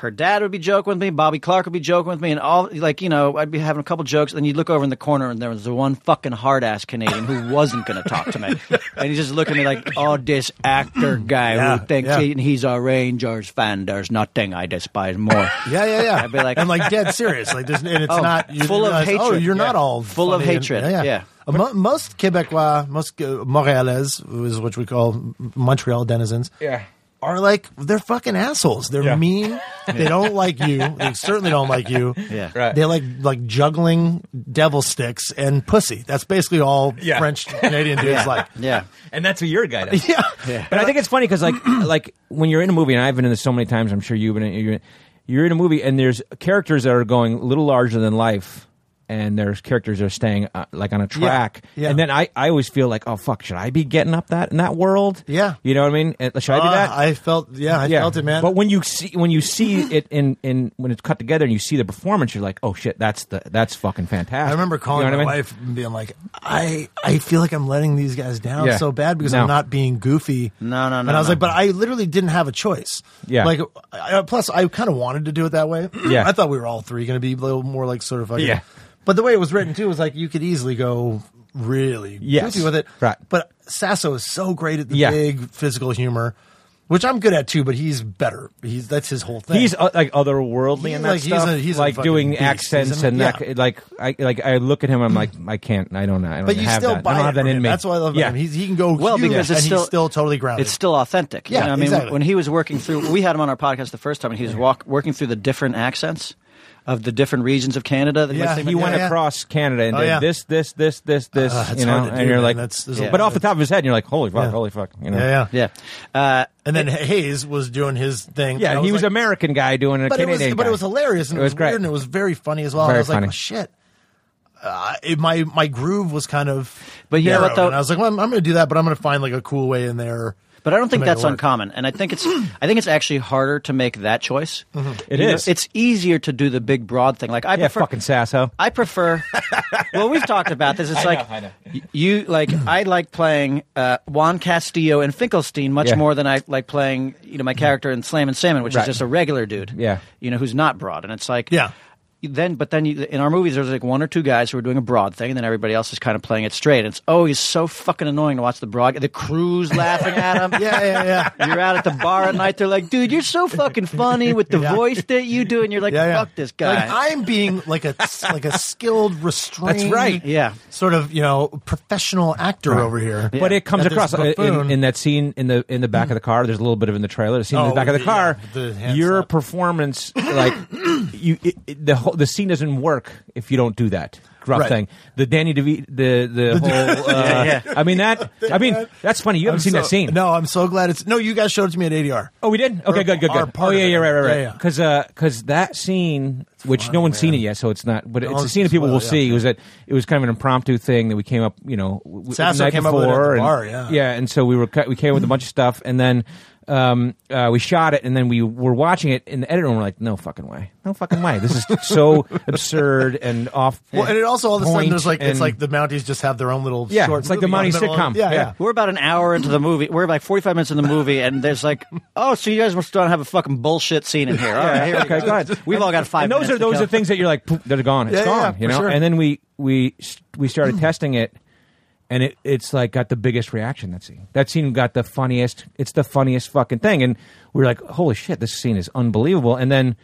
her dad would be joking with me, Bobby Clark would be joking with me, and all like you know I'd be having a couple jokes, and then you'd look over in the corner, and there was the one fucking hard ass Canadian who wasn't going to talk to me, and he just looked at me like, oh, this actor guy Yeah, who thinks yeah. he, he's a Rangers fan. There's nothing I despise more. Yeah, yeah, yeah. I'd be like- and like dead serious. Like there's, and it's Oh, not you full of realize, Oh, hatred. you're Yeah. not all Full of funny and- hatred. Yeah. Uh, mo- most Quebecois, most uh, Montrealais, is what we call M- Montreal denizens. Yeah. Are like they're fucking assholes. They're Yeah. mean. They don't like you. They certainly don't like you. Yeah. Right. They like like juggling devil sticks and pussy. That's basically all Yeah. French Canadian dudes like. Uh, yeah. And that's what your guy does. Yeah. But I think it's funny because like like when you're in a movie, and I've been in this so many times. I'm sure you've been. In, you're, in- you're in a movie, and there's characters that are going a little larger than life, and there's characters that are staying uh, like on a track. Yeah. And then I, I always feel like, oh fuck, should I be getting up that in that world? Yeah. You know what I mean? Uh, Should I Uh, be that? I felt yeah, I felt it, man. But when you see when you see it in in when it's cut together and you see the performance, you're like, oh shit, that's the that's fucking fantastic. I remember calling you know my what I mean? wife and being like, I, I feel like I'm letting these guys down Yeah. so bad because No. I'm not being goofy. No, no, no, And I was no. like, but I literally didn't have a choice. Yeah. Like, I, I- plus I kind of wanted to do it that way. Yeah. I thought we were all three going to be a little more like sort of fucking. Yeah. But the way it was written too was like you could easily go really Yes. goofy with it. Right. But Sasso is so great at the Yeah. big physical humor. Which I'm good at too, but he's better. He's that's his whole thing. He's uh, like otherworldly He's and that like- he's stuff. a- he's a like fucking doing beast. accents He's an- and yeah. Hmm. that, like I like I look at him. I'm like I can't. I don't know. I don't but you have still that. buy I don't it have that from in him. me. That's why I love yeah. him. He's, he can go well huge, because and it's still he's still totally grounded. It's still authentic. You Yeah, know what I mean, exactly. when he was working through, we had him on our podcast the first time, and he was walk, working through the different accents of the different regions of Canada. that Yeah, we- he went yeah. across Canada and Oh, did yeah. this, this, this, this, this. Uh, it's you know, hard to and do, you're man. like, That's- there's a- but off the top of his head, you're like, holy fuck, holy fuck. You know, Yeah, yeah. yeah. Uh, And then Hayes was doing his thing. Yeah, And I he was like- American guy doing a but it was, Canadian but guy. it was hilarious. And it was, great. weird, and it was very funny as well. and Very I was funny. like, oh, shit. Uh, it, my my groove was kind of, But you know what, narrow, though? and I was like, well, I'm, I'm going to do that, but I'm going to find like a cool way in there. But I don't think make it that's work. uncommon, and I think it's I think it's actually harder to make that choice. Mm-hmm. It It is. is. It's easier to do the big broad thing. Like I yeah, prefer. fucking Sasso. I prefer. well, we've talked about this. It's I know, like I know. y- you like. I like playing uh, Juan Castillo and Finkelstein much Yeah. more than I like playing you know my character in Slam and Salmon, which Right. is just a regular dude. Yeah. you know who's not broad, and it's like Yeah. Then, but then you, in our movies, there's like one or two guys who are doing a broad thing, and then everybody else is kind of playing it straight. And it's always so fucking annoying to watch the broad. The crew's laughing at him. Yeah, yeah, yeah. You're out at the bar at night. They're like, "Dude, you're so fucking funny with the voice that you do," and you're like, yeah, yeah. "Fuck this guy." Like I'm being like a like a skilled restrained. right. Yeah. Sort of you know professional actor over here. But it comes That this across uh, in, buffoon- in that scene in the in the back of the car. There's a little bit of it in the trailer. The scene in the Oh, back of the yeah, car. the hand your slap. performance, like you, it, it- the whole the scene doesn't work if you don't do that rough Right. thing. The Danny DeVito, the the whole. Uh, yeah. I mean that. I mean that's funny. You haven't I'm seen so- that scene. No, I'm so glad it's. No, you guys showed it to me at ADR. Oh, we did. Okay, good, good, Are good. Oh part yeah, of it. yeah, right, right, Yeah, right. yeah. Because because that scene, which no one's seen it yet, so it's not. But it's a one's scene that people well, will yeah. see. It was that it was kind of an impromptu thing that we came up, you know, w- w- Sasso the night came up before, with it at the and, bar, yeah. and so we were cut- we came up with a bunch of stuff, and then. Um, uh, we shot it, and then we were watching it in the editor, and we're like, "No fucking way! No fucking way! This is so absurd and off." Well, and it also all of a sudden point there's like it's and- like the Mounties just have their own little Yeah, short it's like the movie on Monty middle of- sitcom. Yeah, Yeah. yeah. We're about an hour into the movie. We're like 45 minutes in the movie, and there's like, oh, so you guys must don't have a fucking bullshit scene in here. All right, here we okay, go. go ahead. We've all got five And those minutes are to those kill. are things that you're like "Poof, they're gone, It's Yeah, yeah, gone, you for know. sure. Hmm. And then we we s- we started testing it, and it it's like got the biggest reaction. That scene, that scene got the funniest. It's the funniest fucking thing, and we were like, holy shit, this scene is unbelievable. And then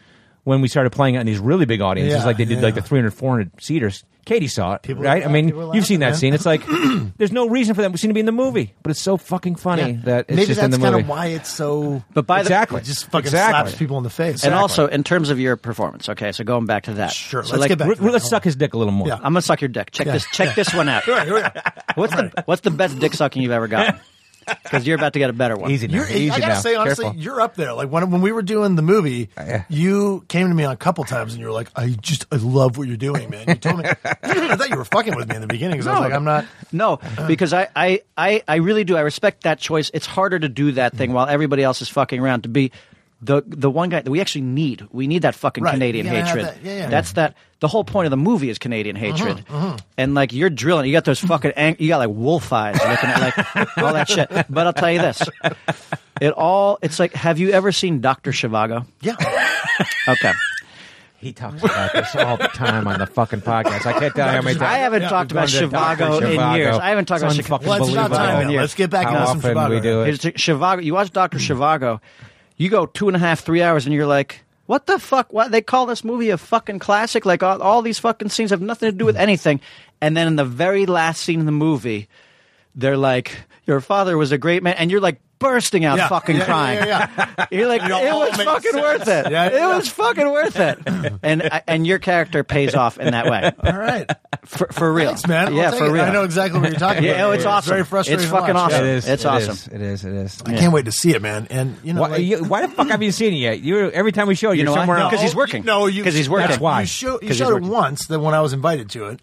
when we started playing it in these really big audiences, Yeah, like they did like yeah. the 300, 400 seaters. Katie saw it, People- right? I mean, people were you've seen that laughing, scene. It's like there's no reason for that scene to be in the movie, but it's so fucking funny that it's Maybe just that's in the kind movie. of why it's so. But by Exactly. it just fucking Exactly. slaps people in the face. the and also in terms of your performance. Okay, so going back to that. Sure, So let's like, get back. R- let's suck his dick a little more. Yeah. I'm gonna suck your dick. Check this. Check this one out. What's the What's the best dick sucking you've ever gotten? Because you're about to get a better one. Easy now. You're, easy I gotta now. say honestly, Careful. Uh, you're up there. Like when when we were doing the movie, yeah. you came to me on a couple times and you were like, "I just I love what you're doing, man." You told me. I thought you were fucking with me in the beginning because I was like, "I'm not." No, because I, I, I, I really do. I respect that choice. It's harder to do that Mm. thing while everybody else is fucking around to be the the one guy that we actually need. We need that fucking Right. Canadian You gotta have hatred. that- yeah, Uh-huh, yeah. That's that. The whole point of the movie is Canadian hatred, and like you're drilling. You got those fucking. Ang- you got like wolf eyes looking at like all that shit. But I'll tell you this. It all. It's like. Have you ever seen Doctor Shivago? Yeah. Okay. He talks about this all the time on the fucking podcast. I can't tell you how many times. I haven't talked We've about gone to Dr. Chivago in years. I haven't talked It's about Chivago. unfucking Well, it's about time believable. now. Let's get back how into some often Chivago. we do it. Here's Ch- Chivago. You watch Doctor Shivago. You go two and a half, three hours, and you're like, "What the fuck? What they call this movie a fucking classic? Like all, all these fucking scenes have nothing to do Hmm. with anything." And then in the very last scene of the movie, they're like, "Your father was a great man," and you're like bursting out Yeah. fucking Yeah, yeah, crying. yeah, yeah. You're like, It all "It was makes fucking sense." worth it. Yeah, yeah, It was fucking worth it." and I- and your character pays off in that way, All right, for, for real, Thanks, man. I'll Yeah, take for it. real. I know exactly what you're talking Yeah, about. oh, it's awesome. very frustrating. It's to fucking watch. awesome. It is. It's it awesome. is, It is. It is. I can't wait to see it, man. And you know, Why, like- you- why the fuck haven't you seen it yet? You every time we show you, You you're know why? somewhere No. else. 'Cause he's working. No, you, 'cause he's working. That's why. You, show, you 'Cause he's showed it working. once that when I was invited to it,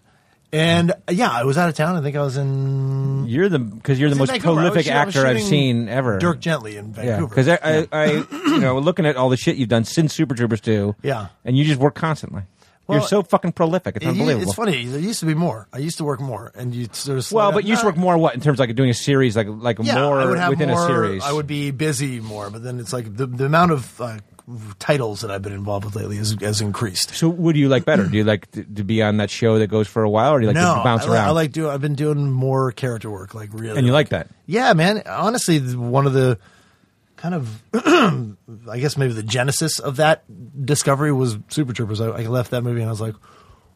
and uh, yeah, I was out of town. I think I was in You're Mm. the because you're the was most in Vancouver. I was prolific shooting- I was actor I've "Oh, shooting seen ever. Dirk Gently in Yeah, Vancouver. because I, I, I, you know, looking at all the shit you've done since Super Troopers 2, Yeah. and you just work constantly. Well, you're so fucking prolific. It's It- unbelievable. It's funny. There used to be more. I used to work more, and you sort of. slow Well, down. Uh, but you used to work more what in terms of like doing a series, like like Yeah, I would more have within more, a series. I would be busy more, but then it's like the, the amount of uh, titles that I've been involved with lately has, has increased. So, what do you like better? Do you like to, to be on that show that goes for a while, or do you like no, to bounce I, li- around? I like doing. I've been doing more character work, like really. and you like that? Yeah, man. Honestly, th- one of the kind of, I guess maybe the genesis of that discovery was Super Troopers. I, I left that movie and I was like,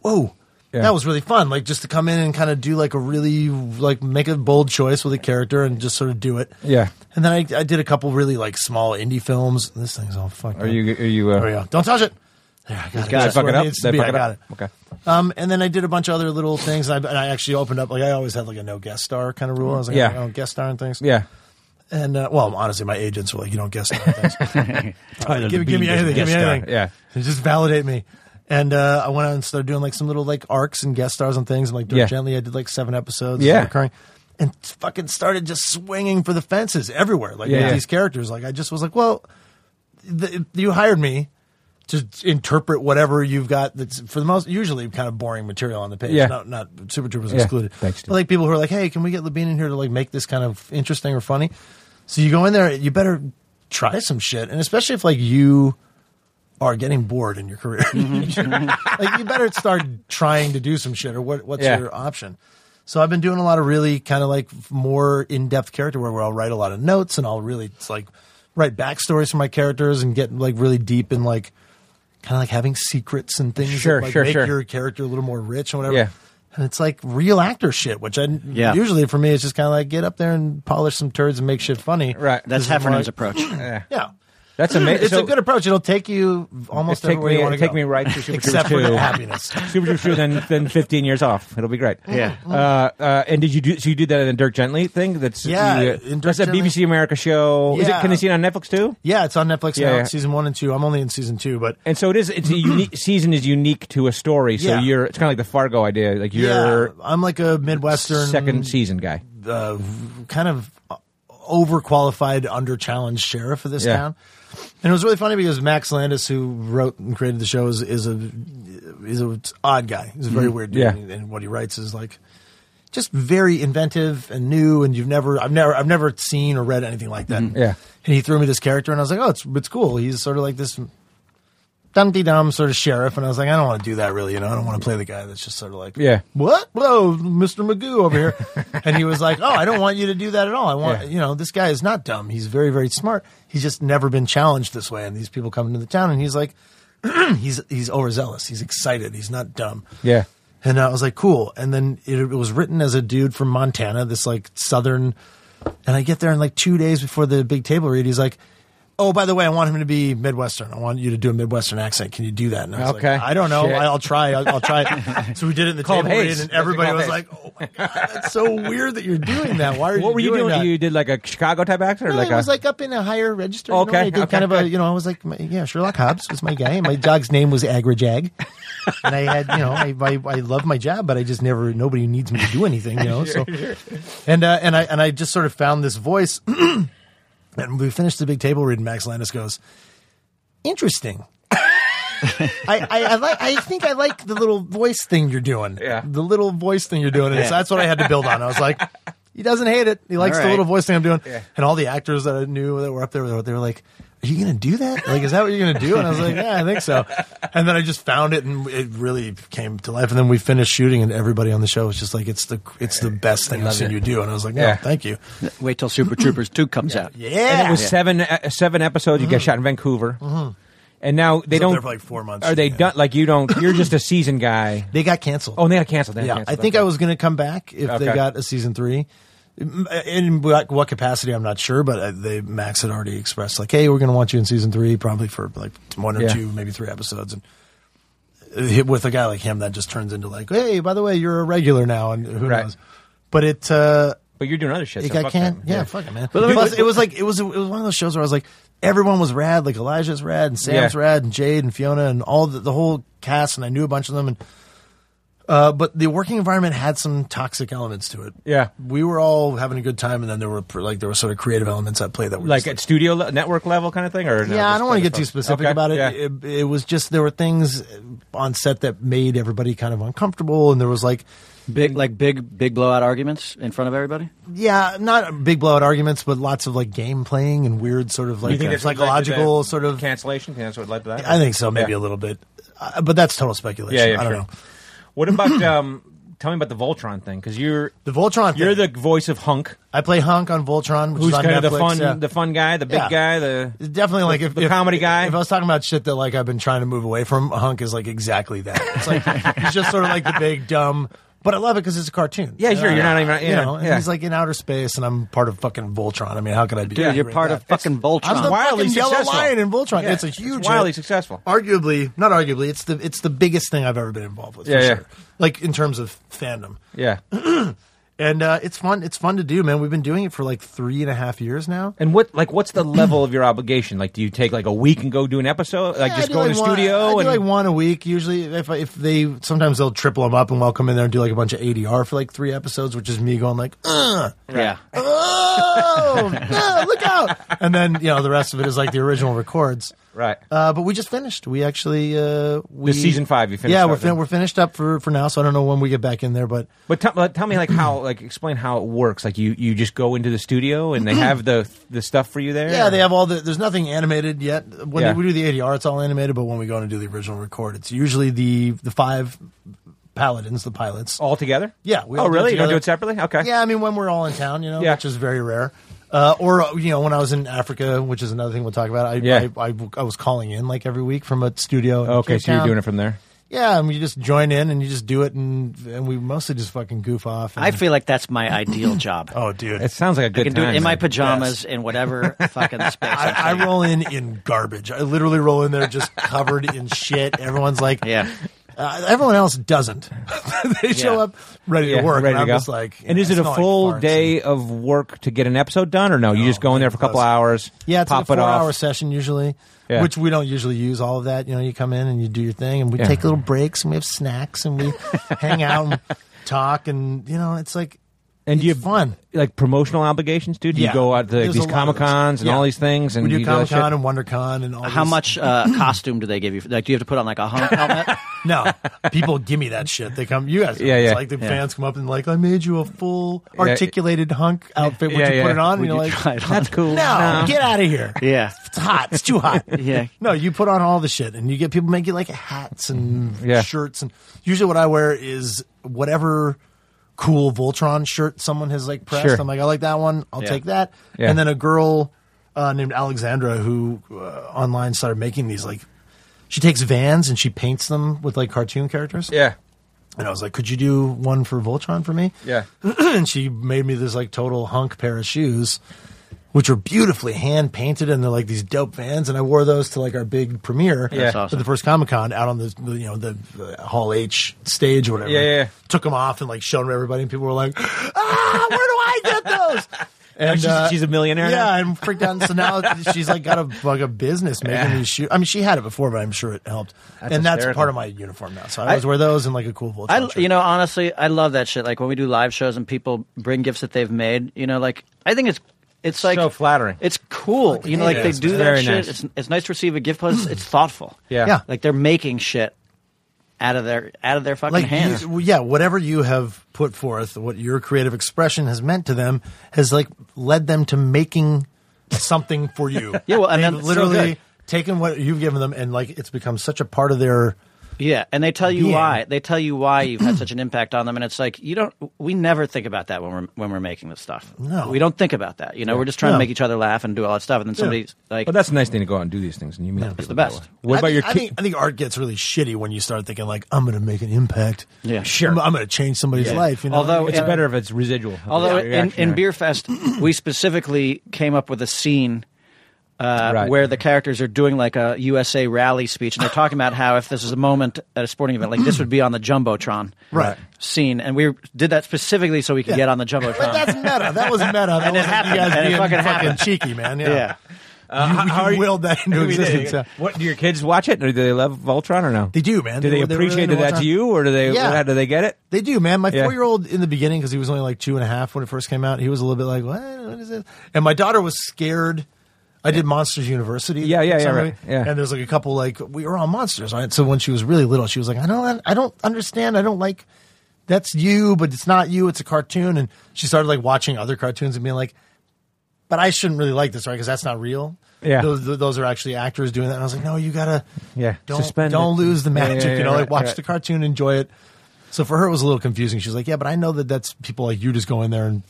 whoa. Yeah. That was really fun. Like just to come in and kind of do like a really like make a bold choice with a character and just sort of do it. Yeah. And then I, I did a couple really like small indie films. This thing's all fucked. Are up. you? Are you? Uh, There we go. Don't touch it. There, I got it. Did I Oh, That's fuck where it up? needs Did to I be. fuck I it got up? it. Okay. Um, and then I did a bunch of other little things. And I, and I actually opened up like I always had like a no guest star kind of rule. I was like, Yeah. I don't guest star and things. Yeah. And uh, well, honestly, my agents were like, "You don't guess star things. Tyler give, the give me Bean doesn't anything. Give me guest star. anything. Yeah. just validate me." And uh, I went out and started doing like some little like arcs and guest stars and things. And like Dirk Yeah. gently, I did like seven episodes. Yeah. recurring. and fucking started just swinging for the fences everywhere. Like Yeah, with yeah. these characters, like I just was like, well, th you hired me to interpret whatever you've got. That's for the most usually kind of boring material on the page. Yeah. Not, not Super Troopers Yeah. excluded. Thanks, Steve. But, like people who are like, hey, can we get Labine in here to like make this kind of interesting or funny? So you go in there, you better try some shit, and especially if like you are getting bored in your career. like you better start trying to do some shit or what, what's Yeah. your option? So I've been doing a lot of really kind of like more in-depth character work where I'll write a lot of notes and I'll really it's like write backstories for my characters and get like really deep in like kind of like having secrets and things Sure, that like sure, make sure. your character a little more rich and whatever. Yeah. And it's like real actor shit, which I Yeah. usually for me it's just kind of like get up there and polish some turds and make shit funny. Right. That's This is more- Heffernan's approach. Yeah. That's ama- It's so- a good approach. It'll take you almost take everywhere you me- want to take go. me right to Super Except Troopers for two. the happiness. Super Troopers Two, then then fifteen years off. It'll be great. Yeah. Uh, uh, and did you do? So you did that in a Dirk Gently thing? That's Yeah, you, in Dirk that's a Gently. BBC America show. Is it? Yeah. Can they see it on Netflix too? Yeah, it's on Netflix Yeah, now. yeah. It's season one and two. I'm only in season two, but And so it is. It's a unique season is unique to a story. So Yeah. you're. It's kind of like the Fargo idea. Like yeah, you're I'm like a midwestern second season guy. uh, kind of overqualified, underchallenged sheriff of this Yeah. town. And it was really funny because Max Landis, who wrote and created the show, is, is a is an odd guy. He's a very weird dude, Mm-hmm. Yeah. and, and what he writes is like just very inventive and new. And you've never, I've never, I've never seen or read anything like that. Mm-hmm. Yeah. And he threw me this character, and I was like, oh, it's it's cool. He's sort of like this dumpty dum sort of sheriff, and I was like, I don't want to do that really, you know. I don't want to play the guy that's just sort of like, Yeah. what? Whoa, Mr. Magoo over here. and he was like, Oh, I don't want you to do that at all. I want, Yeah. you know, this guy is not dumb. He's very, very smart. He's just never been challenged this way. And these people come into the town, and he's like, he's he's overzealous. He's excited. He's not dumb. Yeah. And I was like, cool. And then it, it was written as a dude from Montana, this like southern. And I get there, and like two days before the big table read, he's like, oh, by the way, I want him to be Midwestern. I want you to do a Midwestern accent. Can you do that? And I was Okay. like, I don't know. Shit. I'll try. I'll, I'll try. so we did it in the Called table read, Hayes. and everybody Called was Hayes. like, oh my God, that's so weird that you're doing that. Why are What you were you doing? doing? that? You did like a Chicago type accent, or No, like it was a, like up in a higher register. you know, Okay, I did okay, kind of a, good. you know, I was like, my, yeah, Sherlock Hobbs was my guy. My dog's name was Agrajag, and I had, you know, I, I I love my job, but I just never nobody needs me to do anything, you know. so, and uh, and I and I just sort of found this voice, and we finished the big table read. And Max Landis goes, interesting. I, I, I like. I think I like the little voice thing you're doing. Yeah. The little voice thing you're doing. And so that's what I had to build on. I was like, he doesn't hate it. He likes All the right. little voice thing I'm doing. And all the actors that I knew that were up there, they were, they were like, "Are you gonna do that? Like, is that what you're gonna do?" And I was like, "Yeah, I think so." And then I just found it, and it really came to life. And then we finished shooting, and everybody on the show was just like, "It's the it's the best thing I've seen you do." And I was like, "No, Yeah. thank you." Wait till Super Troopers 2 comes out. Yeah. And it was seven uh, seven episodes. You get shot in Vancouver, and now they It's Mm-hmm. up don't. there for like four months. Are they Yeah. done? Like you don't. You're just a season guy. They got canceled. Oh, and they got canceled. They got yeah, canceled. I think Okay. I was going to come back if they Okay. got a season three. M- In what, what capacity, I'm not sure, but uh, they Max had already expressed like, "Hey, we're going to want you in season three, probably for like one or Yeah. two, maybe three episodes." And uh, hit with a guy like him, that just turns into like, "Hey, by the way, you're a regular now," and who Right. knows? But it uh, But you're doing other shit. it so got fuck can them. yeah, fuck it, man. let me- Plus, it was like it was it was one of those shows where I was like, everyone was rad, like Elijah's rad, and Sam's Yeah. rad, and Jade and Fiona, and all the, the whole cast, and I knew a bunch of them, and uh, but the working environment had some toxic elements to it. Yeah. we were all having a good time, and then there were pr- like there were sort of creative elements at play that were Like uh, just, at studio le- network level kind of thing, or no, yeah, I just don't want to like a get too fuck- specific Okay, about it. yeah. it. It was just there were things on set that made everybody kind of uncomfortable, and there was like Big, like big, big blowout arguments in front of everybody. Yeah, not big blowout arguments, but lots of like game playing and weird sort of like uh, You think that's what led to psychological the sort of. cancellation? That's what led to that. I think so, maybe Yeah. a little bit, uh, but that's total speculation. Yeah, yeah, I don't sure. know. What about? um Tell me about the Voltron thing, because you're The Voltron. you're the thing. voice of Hunk, I play Hunk on Voltron, which who's is on kind of the Netflix, fun yeah. the fun guy, the big Yeah. guy, the Definitely, like if the if- comedy guy. If I was talking about shit that like I've been trying to move away from, Hunk is like exactly that. It's like he's just sort of like the big dumb. But I love it because it's a cartoon. Uh, Yeah, sure, you're not even- you yeah, know. And yeah. he's like in outer space, and I'm part of fucking Voltron. I mean, how could I be? Dude, You're angry at part that? of fucking Voltron. I'm the wildly fucking yellow successful. lion in Voltron. Yeah, It's a it's huge, wildly hit. successful. Arguably, not arguably, it's the it's the biggest thing I've ever been involved with. Yeah, for yeah. sure. Like in terms of fandom, yeah. and uh, it's fun. It's fun to do, man. We've been doing it for like three and a half years now. And what like what's the level of your obligation? Like, do you take like a week and go do an episode? Like, Yeah, just I do go in like the one- I studio do and like one a week usually. If I- if they sometimes they'll triple them up and we'll come in there and do like a bunch of ADR for like three episodes, which is me going like, Ugh, Yeah. oh, no, look out, and then you know the rest of it is like the original records. right. Uh, but we just finished. We actually uh, we This season five, you finished Yeah, up we're fin- then? we're finished up for for now. So I don't know when we get back in there, but But tell, but tell me like how like explain how it works. Like you you just go into the studio and they have the the stuff for you there. Yeah, they have all the. There's nothing animated yet. When Yeah. we do the ADR, it's all animated. But when we go in and do the original record, it's usually the the five paladins, the pilots. all together. Yeah, we oh all do it really? You don't do together. it separately? Okay. Yeah, I mean when we're all in town, you know, Yeah. which is very rare. Uh, or uh, you know, when I was in Africa, which is another thing we'll talk about. I, Yeah. I, I, I was calling in like every week from a studio. In Okay, Cape so you're Town. doing it from there. Yeah, and you just join in and you just do it, and and we mostly just fucking goof off. And, I feel like that's my ideal job. oh, dude, It sounds like a good I can do time, it in my man. pajamas in whatever fucking space. I, I'm I roll in in garbage. I literally roll in there just covered in shit. Everyone's like, Yeah. Uh, everyone else doesn't. they show Yeah. up ready Yeah, to work. ready and to I'm go. just like, you and know, is it a smell like full farts and- day of work to get an episode done, or no? you just go in there for a couple close. hours. yeah, it's pop like a it off. four-hour session usually, Yeah. which we don't usually use all of that. You know, you come in and you do your thing, and we Yeah. take little breaks, and we have snacks, and we hang out and talk, and you know, it's like And do it's you- fun. like promotional obligations, dude. You Yeah. go out to like, There's these a lot comic of those. cons and Yeah. all these things, and we do you that Comic Con shit? and WonderCon and all. How these- much uh, costume do they give you? Like, do you have to put on like a hunk helmet? No, people give me that shit. They come, you guys. Yeah, Yeah, yeah. It's like the fans come up and like, I made you a full articulated hunk outfit. Would Yeah, you yeah. put it on? Would and you're you like, try it on? That's cool. No, get out of here. Yeah. It's hot. It's too hot. Yeah. No, you put on all the shit, and you get people make you like hats and Mm-hmm. Yeah. shirts, and usually what I wear is whatever cool Voltron shirt someone has like pressed. Sure. I'm like, I like that one. I'll Yeah. take that. Yeah. And then a girl uh, named Alexandra who uh, online started making these like. She takes vans and she paints them with like cartoon characters. Yeah, And I was like, could you do one for Voltron for me? yeah. and she made me this like total hunk pair of shoes, which were beautifully hand painted, and they're like these dope vans. And I wore those to like our big premiere, Yeah. That's awesome. for the first Comic Con out on the the, you know the uh, Hall H stage or whatever. Yeah, yeah, yeah. Took them off and like showed 'em to everybody, and people were like, "Ah, where do I get those?" And she's- she's a millionaire Yeah, now? I'm freaked out. And So now she's like got a like a business making these shoes. I mean, she had it before, but I'm sure it helped. and that's hysterical. part of my uniform now. So I always wear those and like a cool Voltron. I, shirt. you know, honestly, I love that shit. Like when we do live shows and people bring gifts that they've made, you know, like I think it's it's like so flattering. It's cool, you know, like Yeah, they it's do that very shit. nice. It's it's nice to receive a gift, plus it's thoughtful. yeah, yeah. like they're making shit out of their out of their fucking like hands. you- well, yeah whatever you have put forth what your creative expression has meant to them has like led them to making something for you Yeah, well, and They've then- so literally good. taken what you've given them and like it's become such a part of their Yeah, and they tell you being. why. They tell you why you've had such an impact on them, and it's like you don't. We never think about that when we're when we're making this stuff. No. we don't think about that. You know, we're just trying No. to make each other laugh and do all that stuff, and then somebody's like, But that's a nice thing to go out and do these things, and you meet people it's the that best. way. What I about think- your I ki- think, I think art gets really shitty when you start thinking like i'm gonna make an impact Yeah. sure i'm, I'm gonna change somebody's life you know Although- Oh, It's Yeah. better if it's residual. Although Yeah, in, in reactionary. Beer Fest, we specifically came up with a scene uh, Right. where the characters are doing like a USA rally speech, and they're talking about how if this is a moment at a sporting event, like this would be on the jumbotron Right. scene, and we did that specifically so we could get on the jumbotron. but that's meta that was meta that uh, And it wasn't happened. you guys And it being fucking happened. cheeky man yeah, yeah. You, you Uh, how are you- willed that into Maybe they- existence uh, yeah. What do your kids watch it, or do they love Voltron, or no? They do, man. Do They- they, they really appreciate into that Voltron. to you, or do they? Yeah. How do they get it? They do, man. My Yeah. four year old in the beginning, because he was only like two and a half when it first came out, he was a little bit like, what, what is this? And my daughter was scared. I did Monsters University. Yeah, yeah, yeah, Sorry. right. Yeah. And there's like a couple like we were on Monsters, right? So when she was really little, she was like, I don't, I don't understand. I don't like that's you, but it's not you. It's a cartoon. And she started like watching other cartoons and being like, but I shouldn't really like this, right? Because that's not real. Yeah. those, those are actually actors doing that. And I was like, no, you gotta, Yeah. don't Suspend don't it. lose the Yeah, yeah, magic. yeah, you know, right, like watch right. the cartoon, enjoy it. So for her, it was a little confusing. She was like, "Yeah, but I know that that's people like you just go in there and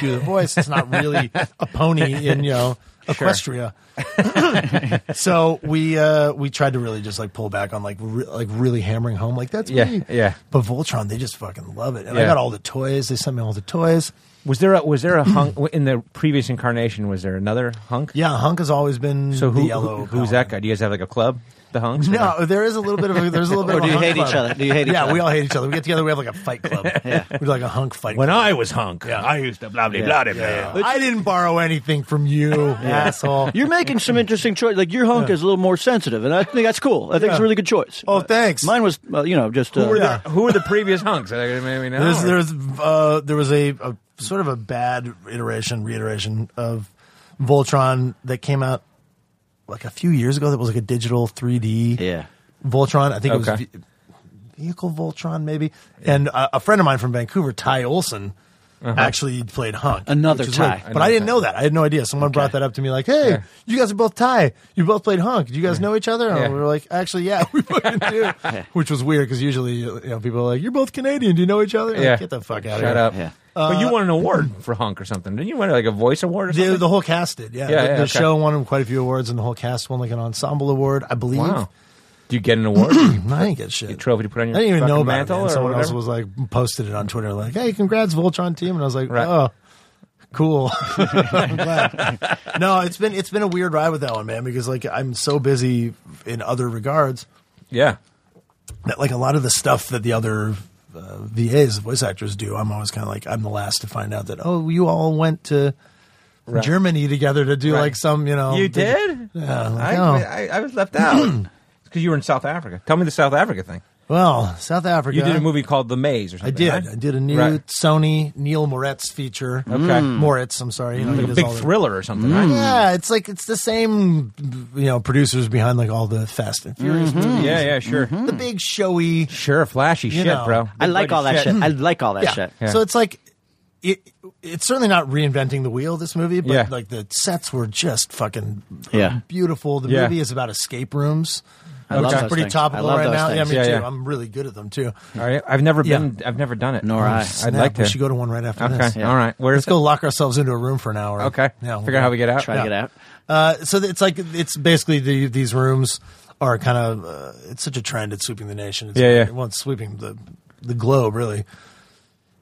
do the voice. It's not really a pony in you know Equestria." so we uh, we tried to really just like pull back on like re- like really hammering home like that's Yeah, me. yeah. But Voltron, they just fucking love it, and I Yeah. got all the toys. They sent me all the toys. Was there a was there a hunk in the previous incarnation? Was there another hunk? Yeah, Hunk has always been So who, the yellow. who- who's paladin. that guy? Do you guys have like a club? The hunks? No, there is a little bit of a, there's a little bit. Or of do a you hunk hate each club. other? Do you hate each yeah, other? we all hate each other. We get together. We have like a fight club. yeah, we like a hunk fight. When club. I was hunk, I used to blah blah blah blah. Yeah. I didn't borrow anything from you, asshole. You're making some interesting choice. Like your hunk is a little more sensitive, and I think that's cool. I think it's a really good choice. Oh, thanks. Mine was, uh, you know, just uh, were the- Who were the previous hunks? I maybe know. There's, there's, uh, there was a, a sort of a bad iteration, reiteration of Voltron that came out like a few years ago. That was like a digital 3D yeah. Voltron. I think it was Okay. ve- Vehicle Voltron, maybe. And uh, a friend of mine from Vancouver, Ty Olson, Uh-huh. actually played Hunk. Another which was Ty. weird. but I didn't know that. I had no idea. Someone brought that up to me, like, "Hey, you guys are both Ty. You both played Hunk. Do you guys know each other?" And Yeah. we were like, "Actually, yeah, we fucking do." Which was weird because usually, you know, people are like, "You're both Canadian. Do you know each other?" Like, Yeah. Get the fuck out of Shut here. Uh, up. Yeah. but you won an award for hunk or something, didn't you? Win like a voice award or The, something? the whole cast did, Yeah, yeah. the yeah, the okay. show won quite a few awards, and the whole cast won like an ensemble award, I believe. wow. Do you get an award? No, I didn't get shit. a trophy to put on your I didn't even fucking know about mantle it. or man. Someone else whatever? was like posted it on Twitter, like, "Hey, congrats, Voltron team," and I was like, Right. "Oh, cool." I'm glad. No, it's been it's been a weird ride with that one, man, because like I'm so busy in other regards yeah. that like a lot of the stuff that the other uh, VAs, voice actors do, I'm always kind of like I'm the last to find out that oh, you all went to. Right. Germany together to do Right. like some, Um, you know. You digi- did? Yeah, I'm like, I, oh. I, I was left out because you were in South Africa. Tell me the South Africa thing. Well, South Africa. You did a movie called The Maze or I something. did. right? I did a new Right. Sony Neil Moritz feature. Okay. Hmm. Moritz. I'm sorry. You know, he like a does big all Mm-hmm. the- thriller or something, right? Yeah, it's like it's the same, you know, producers behind like all the Fast and Mm-hmm. Furious movies. Yeah, yeah, sure. Hmm. The big showy. Sure, flashy shit, Mm-hmm. know. bro. Mm-hmm. I like all that shit. I like all that Yeah. shit. So it's like it. It's certainly not reinventing the wheel. This movie, but Yeah. like the sets were just fucking Yeah. beautiful. The Yeah. movie is about escape rooms. I love which is those pretty things. topical I love right those now. Yeah, things. me Yeah, too. yeah. I'm really good at them too. All right. I've never Yeah. been. I've never done it. Nor I. I'd Snap, like to. We should go to one right after okay. this. All right. Where's Let's go lock ourselves into a room for an hour. Okay. Yeah. we'll Figure out how we get out. Try to get out. Uh, so th- it's like it's basically the, these rooms are kind of uh, it's such a trend. It's sweeping the nation. It's, Yeah, yeah. Well, it's sweeping the the globe really.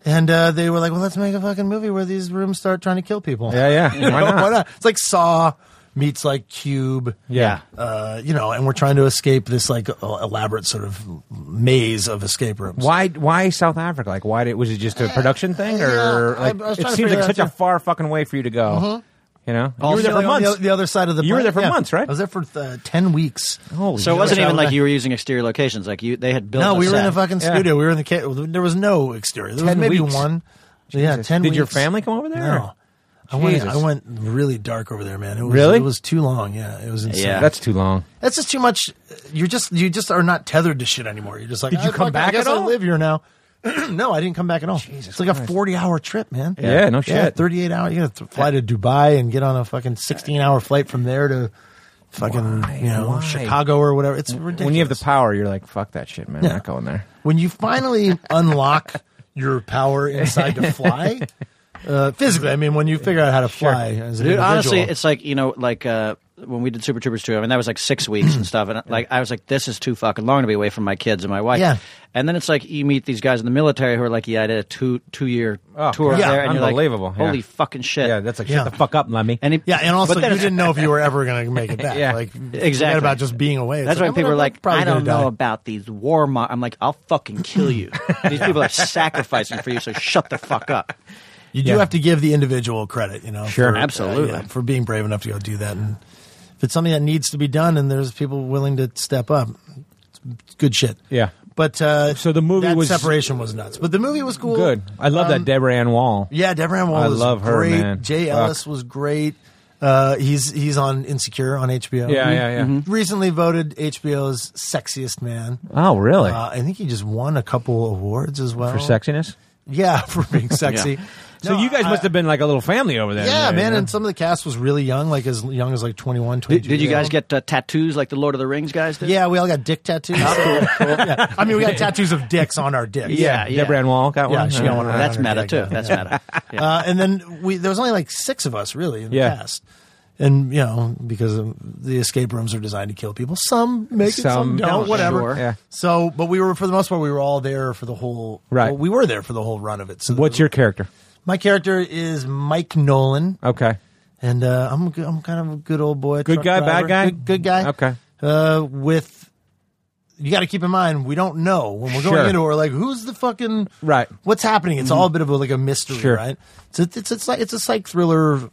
And uh, they were like, "Well, let's make a fucking movie where these rooms start trying to kill people." Yeah, yeah. You know, Why not? It's like Saw meets like Cube. Yeah. Uh, you know, and we're trying to escape this like el- elaborate sort of maze of escape rooms. Why? Why South Africa? Like, why did? Was it just a production thing, or yeah, I- like, I was it trying to seems like figure it out, such a too. far fucking way for you to go. You know, you were You there for like, on the months. o- The other side of the You were there for planet? Yeah. months, right? Oh, I was there for uh, ten weeks. Holy So it shit. wasn't even Travel like back. you were using exterior locations. Like you, they had built. No, a we were in set. a fucking Yeah. studio. We were in the ca- there was no exterior. There was 10 maybe weeks. one. Yeah, ten. Did weeks. your family come over there? No, I went. Jesus. I went really dark over there, man. It was, Really? It was too long. Yeah, it was insane. Yeah. That's too long. That's just too much. You're just you just are not tethered to shit anymore. You're just like, Did you "Ah, come fuck, I back guess at I all? live here now. no, I didn't come back at all. it's like a 40 hour trip, man. Yeah, no shit. 38 hour. You got to fly to Dubai and get on a fucking 16 hour flight from there to fucking Why? you know Why? Chicago or whatever. It's ridiculous. When you have the power, you're like, fuck that shit, man. Yeah. Not going there. when you finally unlock your power inside to fly uh, physically i mean when you figure out how to fly as an Dude, individual, honestly, it's like you know, like uh, when we did Super Troopers two. I mean, that was like six weeks and stuff, and like I was like, this is too fucking long to be away from my kids and my wife. Yeah. And then it's like you meet these guys in the military who are like, yeah, I did a two two year Oh, tour yeah. there, and you're like, Unbelievable, yeah. holy fucking shit. Yeah, that's like Yeah. shut the fuck up, Lemmy. and it, yeah and also but you then it's- didn't know if you were ever going to make it back Yeah. like forget Exactly. about just being away It's That's why I'm people gonna- are like, probably I don't gonna know die. about these war. Mo-. I'm like, I'll fucking kill you. these people are sacrificing for you, so shut the fuck up. you do Yeah. have to give the individual credit you know Sure. uh, Absolutely. yeah, for being brave enough to go do that and if it's something that needs to be done and there's people willing to step up it's good shit Yeah. but uh, So the movie that was- separation was nuts but the movie was cool Good. I love Um, that Deborah Ann Wall. Yeah, Deborah Ann Wall I was love her, great. man. Jay Fuck. Ellis was great. Uh, he's he's on Insecure on HBO. Yeah, yeah, yeah. Mm-hmm. Recently voted HBO's sexiest man. Oh, really? Uh, I think he just won a couple awards as well For sexiness. Yeah, for being sexy. So No, you guys I- must have been like a little family over there. Yeah, you man, know? and some of the cast was really young, like as young as like 21, Did, 22. did you years guys old. get uh, tattoos like the Lord of the Rings guys did? Yeah, we all got dick tattoos. Yeah. I mean, we got tattoos of dicks on our dicks. Ah, Yeah, yeah. Deborah Ann Wall got Yeah, one. she got one. That's Yeah. meta too. That's meta. Yeah. Uh, and then we there was only like six of us really in the Yeah. cast. And you know, because of the escape rooms are designed to kill people. Some make it, some Some don't, don't, whatever. sure. Yeah. So, but we were for the most part, we were all there for the whole. Right. well, we were there for the whole run of it. So What's your character? My character is Mike Nolan, Okay. and uh, I'm a good- I'm kind of a good old boy, Good truck guy, bad driver. guy? good, good guy. Okay. uh, with. You got to keep in mind we don't know when we're Sure. going into it. We're like, who's the fucking Right. Mm-hmm. What's happening? It's all a bit of a, like a mystery, Sure. right? It's a, it's it's like it's a psych thriller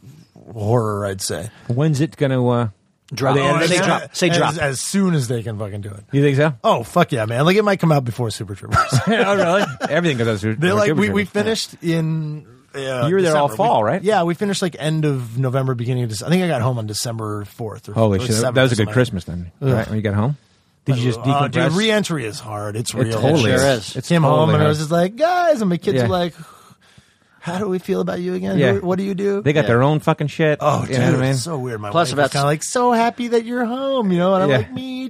horror, I'd say. When's it going to? Uh, Drop. Are they Oh, editing say it? drop. Say as, drop. as soon as they can fucking do it. you think so? Oh fuck yeah, man! Like it might come out before Super Troopers. oh, really? Everything goes out to They're like we, we Yeah. finished in. Uh, You were there all December. fall, We- right? Yeah, we finished like end of November, beginning of December. I think I got home on December fourth. Or, Holy or shit! That 7th that was or a good something. Christmas then, Ugh. right? When you got home, did you just Uh, decompress? dude, re-entry is hard. It's real. it totally It sure is. is. It's came home totally and I hard. was just like, guys, and my kids Yeah. were like, "How do we feel about you again? Yeah. Who- What do you do?" They got Yeah. their own fucking shit. Oh, you dude, know what I mean? it's so weird. My Plus wife about- kind of like so happy that you're home, you know, and I'm Yeah. like, me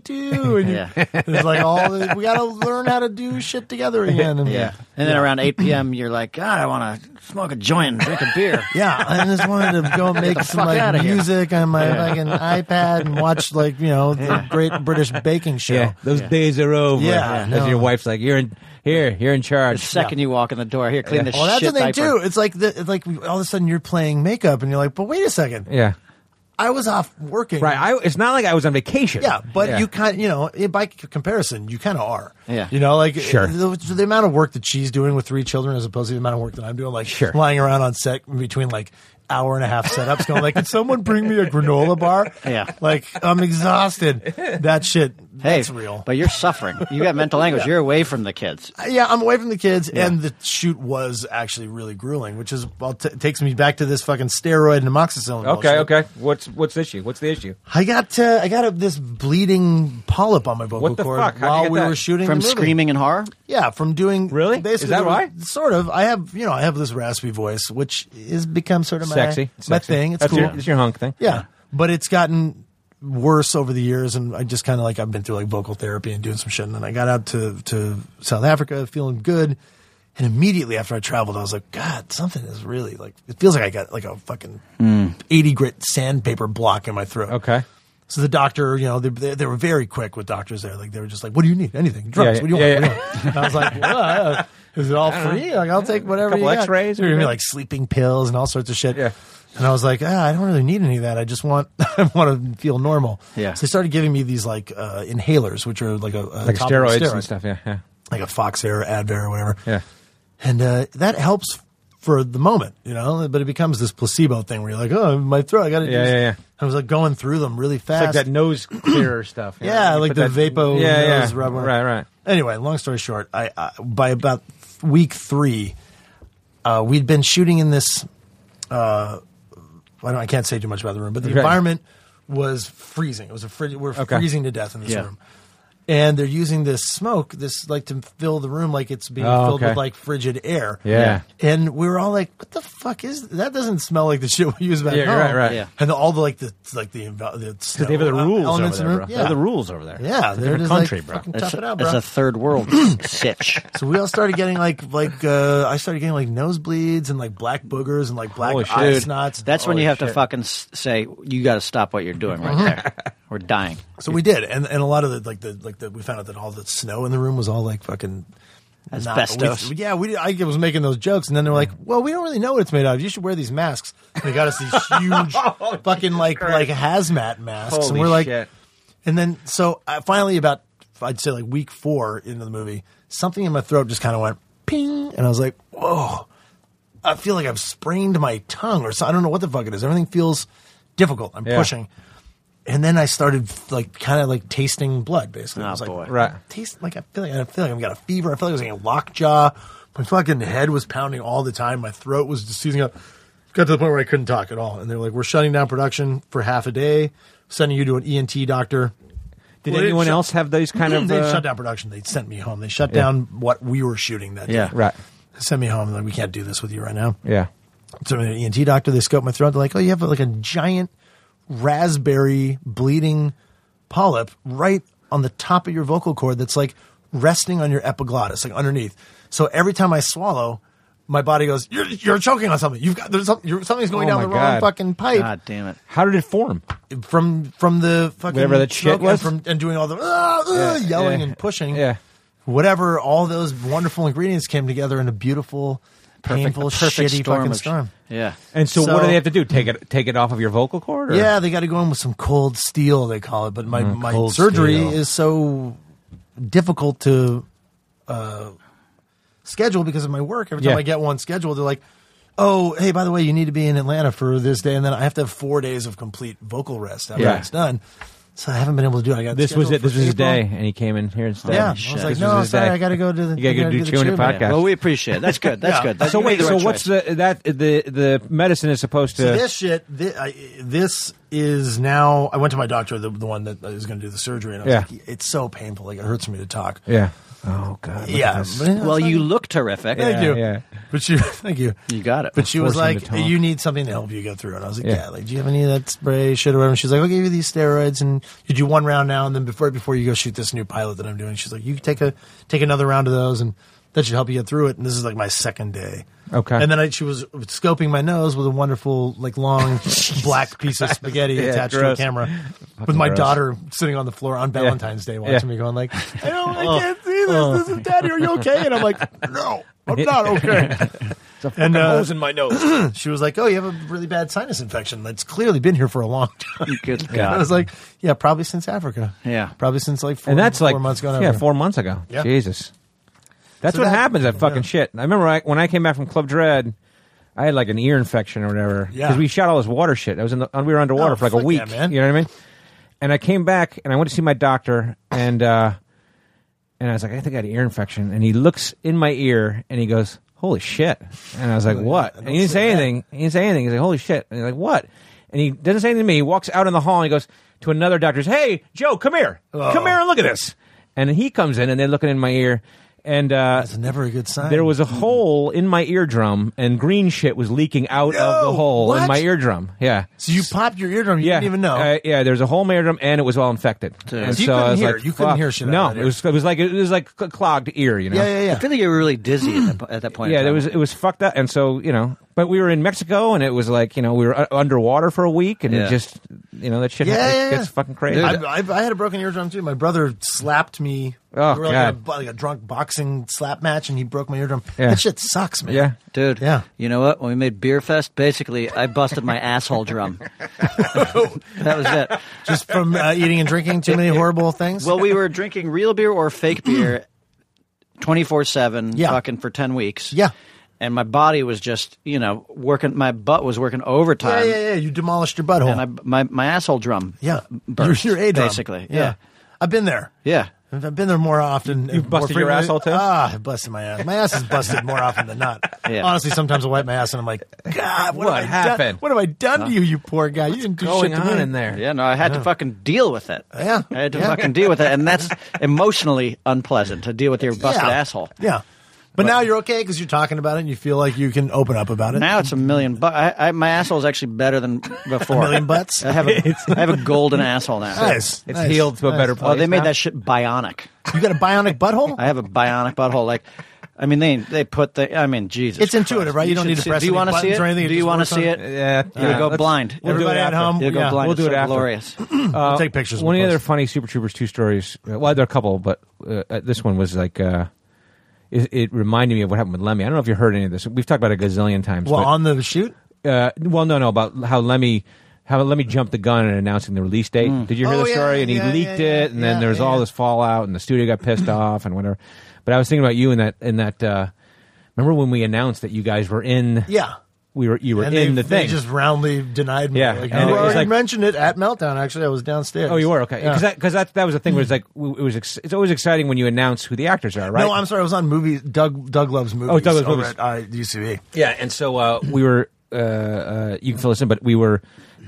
too. And Yeah. yeah. it's like all the, we got to learn how to do shit together again. And yeah. And then around 8 p.m., you're like, God, I want to smoke a joint and drink a beer. Yeah, I just wanted to go make some fuck outta like here. music on my fucking iPad and watch like you know the Great British Baking Show. yeah, those days are over. Yeah, and no. your wife's like, "You're in here. You're in The charge." second you walk in the door, here, clean Yeah. this Well, Oh, that's shit the thing diaper. too. It's like the, it's like all of a sudden you're playing makeup and you're like, but wait a second, yeah, I was off working. right. I, it's not like I was on vacation. Yeah, but you kind you know it- by c- comparison, you kind of are. Yeah. you know, like Sure. the, the amount of work that she's doing with three children as opposed to the amount of work that I'm doing, like Sure. lying around on set in between like hour and a half setups, going like, "Can someone bring me a granola bar?" Yeah. like I'm exhausted. That shit, Hey, that's real. Uh, But you're suffering. You got mental anguish. You're away from the kids. yeah, I'm away from the kids, and the shoot was actually really grueling, which is well, t- takes me back to this fucking steroid and amoxicillin. Okay. bullshit. Okay. What's what's the issue? What's the issue? I got uh, I got a, this bleeding polyp on my vocal What the cord fuck? How'd you while get we that? were shooting From the movie. screaming and horror? Yeah, from doing Really? Basically, Is that there was- why? Sort of. I have you know I have this raspy voice, which has become sort of my Sexy. my Sexy. thing. It's That's cool. Your, it's your hunk thing. yeah, but it's gotten worse over the years, and I just kind of like I've been through like vocal therapy and doing some shit, and then I got out to to South Africa feeling good. And immediately after I traveled, I was like, God, something is really like, it feels like I got like a fucking 80 grit sandpaper block in my throat. Hmm. Okay. So the doctor, you know, they, they, they were very quick with doctors there. Like they were just like, "What do you need? Anything? yeah, Drugs? what do you yeah, want?" What do you want?" And I was like, well, uh, "Is it all free? Like I'll take whatever." Couple you got. x-rays or They were giving me, something? like sleeping pills and all sorts of shit. Yeah. And I was like, ah, I don't really need any of that. I just want, I want to feel normal. Yeah. So they started giving me these like uh, inhalers, which are like a, a Like topical steroids steroid, and stuff. Yeah. Yeah. like a Fox Air, Advair, or whatever. Yeah. And uh, that helps for the moment, you know. But it becomes this placebo thing where you're like, "Oh, my throat, I got to." Yeah, yeah, yeah. I was like going through them really It's fast. like that nose clearer stuff. you know? Yeah, You like put the that- Vapo Yeah. nose yeah. rubber. Right. Right. Anyway, long story short, I, I by about week three, uh, we'd been shooting in this. Uh, I don't. I can't say too much about the room, but the Okay. environment was freezing. It was a fri- we're Okay. freezing to death in this Yeah. room, and they're using this smoke, this like to fill the room, like it's being Oh, filled okay. with like frigid air. Yeah. And we were all like, "What the fuck is that? Doesn't smell like the shit we use back Yeah, home." right, right. Yeah. And all the like the like the envi- the Because they have the uh, rules over elements in the there, room. bro. Yeah. They're the rules over there. Yeah, It's a they're different just country, like, bro. fucking It's tough it a, out, it's bro. a third world sitch. so we all started getting like like uh, I started getting like nosebleeds and like black boogers and like black Holy eye shit. snots. That's when Holy you have to shit. fucking s- say, you got to stop what you're doing right there. We're dying. so we did, and and a lot of the like the like the we found out that all the snow in the room was all like fucking. not- Asbestos. we- yeah, we. I was making those jokes, and then they're like, "Well, we don't really know what it's made out of. You should wear these masks." And they got us these huge, fucking like like hazmat masks, and Holy we're like, shit. And then, so I finally, about I'd say like week four into the movie, something in my throat just kind of went ping, and I was like, "Whoa!" I feel like I've sprained my tongue, or so, I don't know what the fuck it is. Everything feels difficult. I'm Yeah. pushing, and then I started like kind of like tasting blood. Basically, I Oh, was like, boy. Right. Taste like I feel like I feel like I've got a fever. I feel like I was getting lockjaw. My fucking head was pounding all the time. My throat was just seizing up. Got to the point where I couldn't talk at all, and they're like, "We're shutting down production for half a day, sending you to an ENT doctor." Did Well, they anyone shut- else have those kind of? they uh, shut down production. They sent me home. They shut down what we were shooting that Yeah. day. Right. They sent me home. Like we can't do this with you right now. Yeah. So an ENT doctor, they scope my throat. They're like, "Oh, you have like a giant raspberry bleeding polyp right on the top of your vocal cord that's like resting on your epiglottis, like underneath." So every time I swallow, my body goes, "You're, you're choking on something. You've got there's something. You're, something's going Oh down my the God. wrong fucking pipe." God damn it. How did it form? from from the fucking Whatever that shit smoke and was? from, and doing all the "Ah, ah," Yeah, yelling yeah, and pushing yeah. whatever all those wonderful ingredients came together in a beautiful perfect, the painful, perfect shitty storm fucking of sh- storm. Yeah. And so, what So- do they have to do? Take it take it off of your vocal cord? Or? Yeah, they got to go in with some cold steel, they call it. But my, my Mm, cold surgery steel. is so difficult to uh, schedule because of my work. Every time Yeah. I get one scheduled, they're like, oh, hey, by the way, you need to be in Atlanta for this day. And then I have to have four days of complete vocal rest after Yeah. it's done. So I haven't been able to do it. I got This was scheduled it. This for was his April. day, and he came in here instead. Yeah, shit. I was like, This no, was his sorry, day. I got to go do the. You gotta I go do the Chewing the chew, Podcast. man. Well, we appreciate it. That's good. That's Yeah. good. That's, So you wait, made so right what's choice. the that the the medicine is supposed to? So this shit, this, I, this is now. I went to my doctor, the, the one that is going to do the surgery, and I was Yeah. like, it's so painful. Like it hurts for me to talk. yeah. Oh God. look at Yeah. this. but- Well, you look terrific. thank you. yeah. But she, thank you. You got it. But she was Forcing like, to talk. you need something to help you get through. And I was like, Yeah. yeah. Like, do you have any of that spray shit or whatever? And she's like, I'll give you these steroids and you do one round now. And then before, before you go shoot this new pilot that I'm doing, she's like, you take a, take another round of those and that should help you get through it. And this is like my second day. Okay. And then I, she was scoping my nose with a wonderful, like long black piece of spaghetti attached gross. to a camera with my gross. daughter sitting on the floor on Valentine's Day watching Yeah. me going like, I don't, I can't see this. This is daddy. Are you okay? And I'm like, no, I'm not okay. and uh, in my nose. she was like, "Oh, you have a really bad sinus infection that's clearly been here for a long time." Good And I God. was like, "Yeah, probably since Africa. Yeah. probably since like four, And that's four like months ago. in yeah, Africa. four months ago. Yeah. Jesus. That's So what that- happens. That fucking yeah. shit. I remember I, when I came back from Club Dread. I had like an ear infection or whatever. Yeah. Because we shot all this water shit. I was in the, we were underwater Oh, for like a fuck week. yeah, man. You know what I mean? And I came back and I went to see my doctor and uh, and I was like, I think I had an ear infection. And he looks in my ear and he goes, Holy shit. And I was like, What? And he didn't say say that. anything. He didn't say anything. He's like, Holy shit. And he's like, What? And he doesn't say anything to me. He walks out in the hall and he goes to another doctor's, Hey, Joe, come here. Oh. Come here and look at this. And he comes in and they're looking in my ear. And uh, It's never a good sign. there was a hole in my eardrum and green shit was leaking out of the No! hole in What? my eardrum. Yeah. so you popped your eardrum. You Yeah, didn't even know. Uh, yeah, there's a whole eardrum, and it was all infected. And So you I couldn't was hear- like, you couldn't fuck. hear shit out No, of that it was it was like it was like a clogged ear, you know. yeah, yeah, I yeah. feel like you were really dizzy at that, po- at that point. in Yeah, there time. was it was fucked up, and so you know. But we were in Mexico, and it was like you know we were u- underwater for a week, and Yeah. it just you know that shit Yeah, it yeah, yeah. gets fucking crazy. I, I, I had a broken eardrum too. My brother slapped me. Oh, we were like, God. In a, like a drunk boxing slap match, and he broke my eardrum. Yeah. That shit sucks, man. yeah, Dude, Yeah. you know what? When we made Beer Fest, basically, I busted my asshole drum. that was it. just from uh, eating and drinking too many horrible things. Well, we were drinking real beer or fake beer 24 7, Yeah. fucking for 10 weeks. Yeah. And my body was just, you know, working, my butt was working yeah, overtime. yeah, yeah. You demolished your butthole. And I, my, my asshole drum. yeah, Burst, your, your A drum. Basically. yeah. I've been there. Yeah. I've I've been there more often. you've more busted your frequently. asshole, too? Ah, I busted my ass. My ass is busted more often than not. Yeah. Honestly, sometimes I wipe my ass and I'm like, God, what, What have I happened? Done? What have I done to you, you poor guy? You didn't do going shit to on me. in there. Yeah, no, I had to fucking deal with it. Yeah. I had to Yeah. fucking deal with it. And that's emotionally unpleasant to deal with your busted yeah. asshole. Yeah, but, now you're okay because you're talking about it and you feel like you can open up about it. Now it's a million bucks. I, I, my asshole is actually better than before. million butts? I have a, I have a golden asshole now. nice. it's nice, healed to a nice. better place. Oh, they made now. that shit bionic. You got a bionic butthole? I have a bionic butthole. Like, I mean, they they put the. I mean, Jesus. It's intuitive, Christ. right? You don't should need to see- press Do you any want to see buttons it? or anything, it Do you just want to works see on it? it. Yeah, You'll yeah, go let's- blind. we'll do Everybody it at after. home, You'll go yeah, blind. we'll do it it's so after. Glorious. We'll take pictures. One of We'll the other post. funny Super Troopers two stories. uh, Well, there are a couple, but uh, uh, this one was like uh, it, it reminded me of what happened with Lemmy. I don't know if you heard any of this. We've talked about it a gazillion times. Well, but, on the shoot. uh, well, no, no, about how Lemmy. How Lemmy jumped the gun in announcing the release date. Did you hear Oh, the yeah, story? and he yeah, leaked yeah, it, and then yeah, there was all yeah. this fallout, and the studio got pissed off and whatever. But I was thinking about you in that in that. Uh, remember when we announced that you guys were in? Yeah. we were. You were and in they, the they thing. just roundly denied me. Yeah, like, and you it was already like- mentioned it at meltdown. Actually, I was downstairs. oh, you were okay Yeah. because that, 'cause that that was the thing. Where it's like w- it was. Ex- it's always exciting when you announce who the actors are, right? No, I'm sorry. I was on movies. Doug Doug loves movies. Doug Loves over Movies. At, uh, UCB. Yeah, and so uh, we were. Uh, uh, you can fill this in, but we were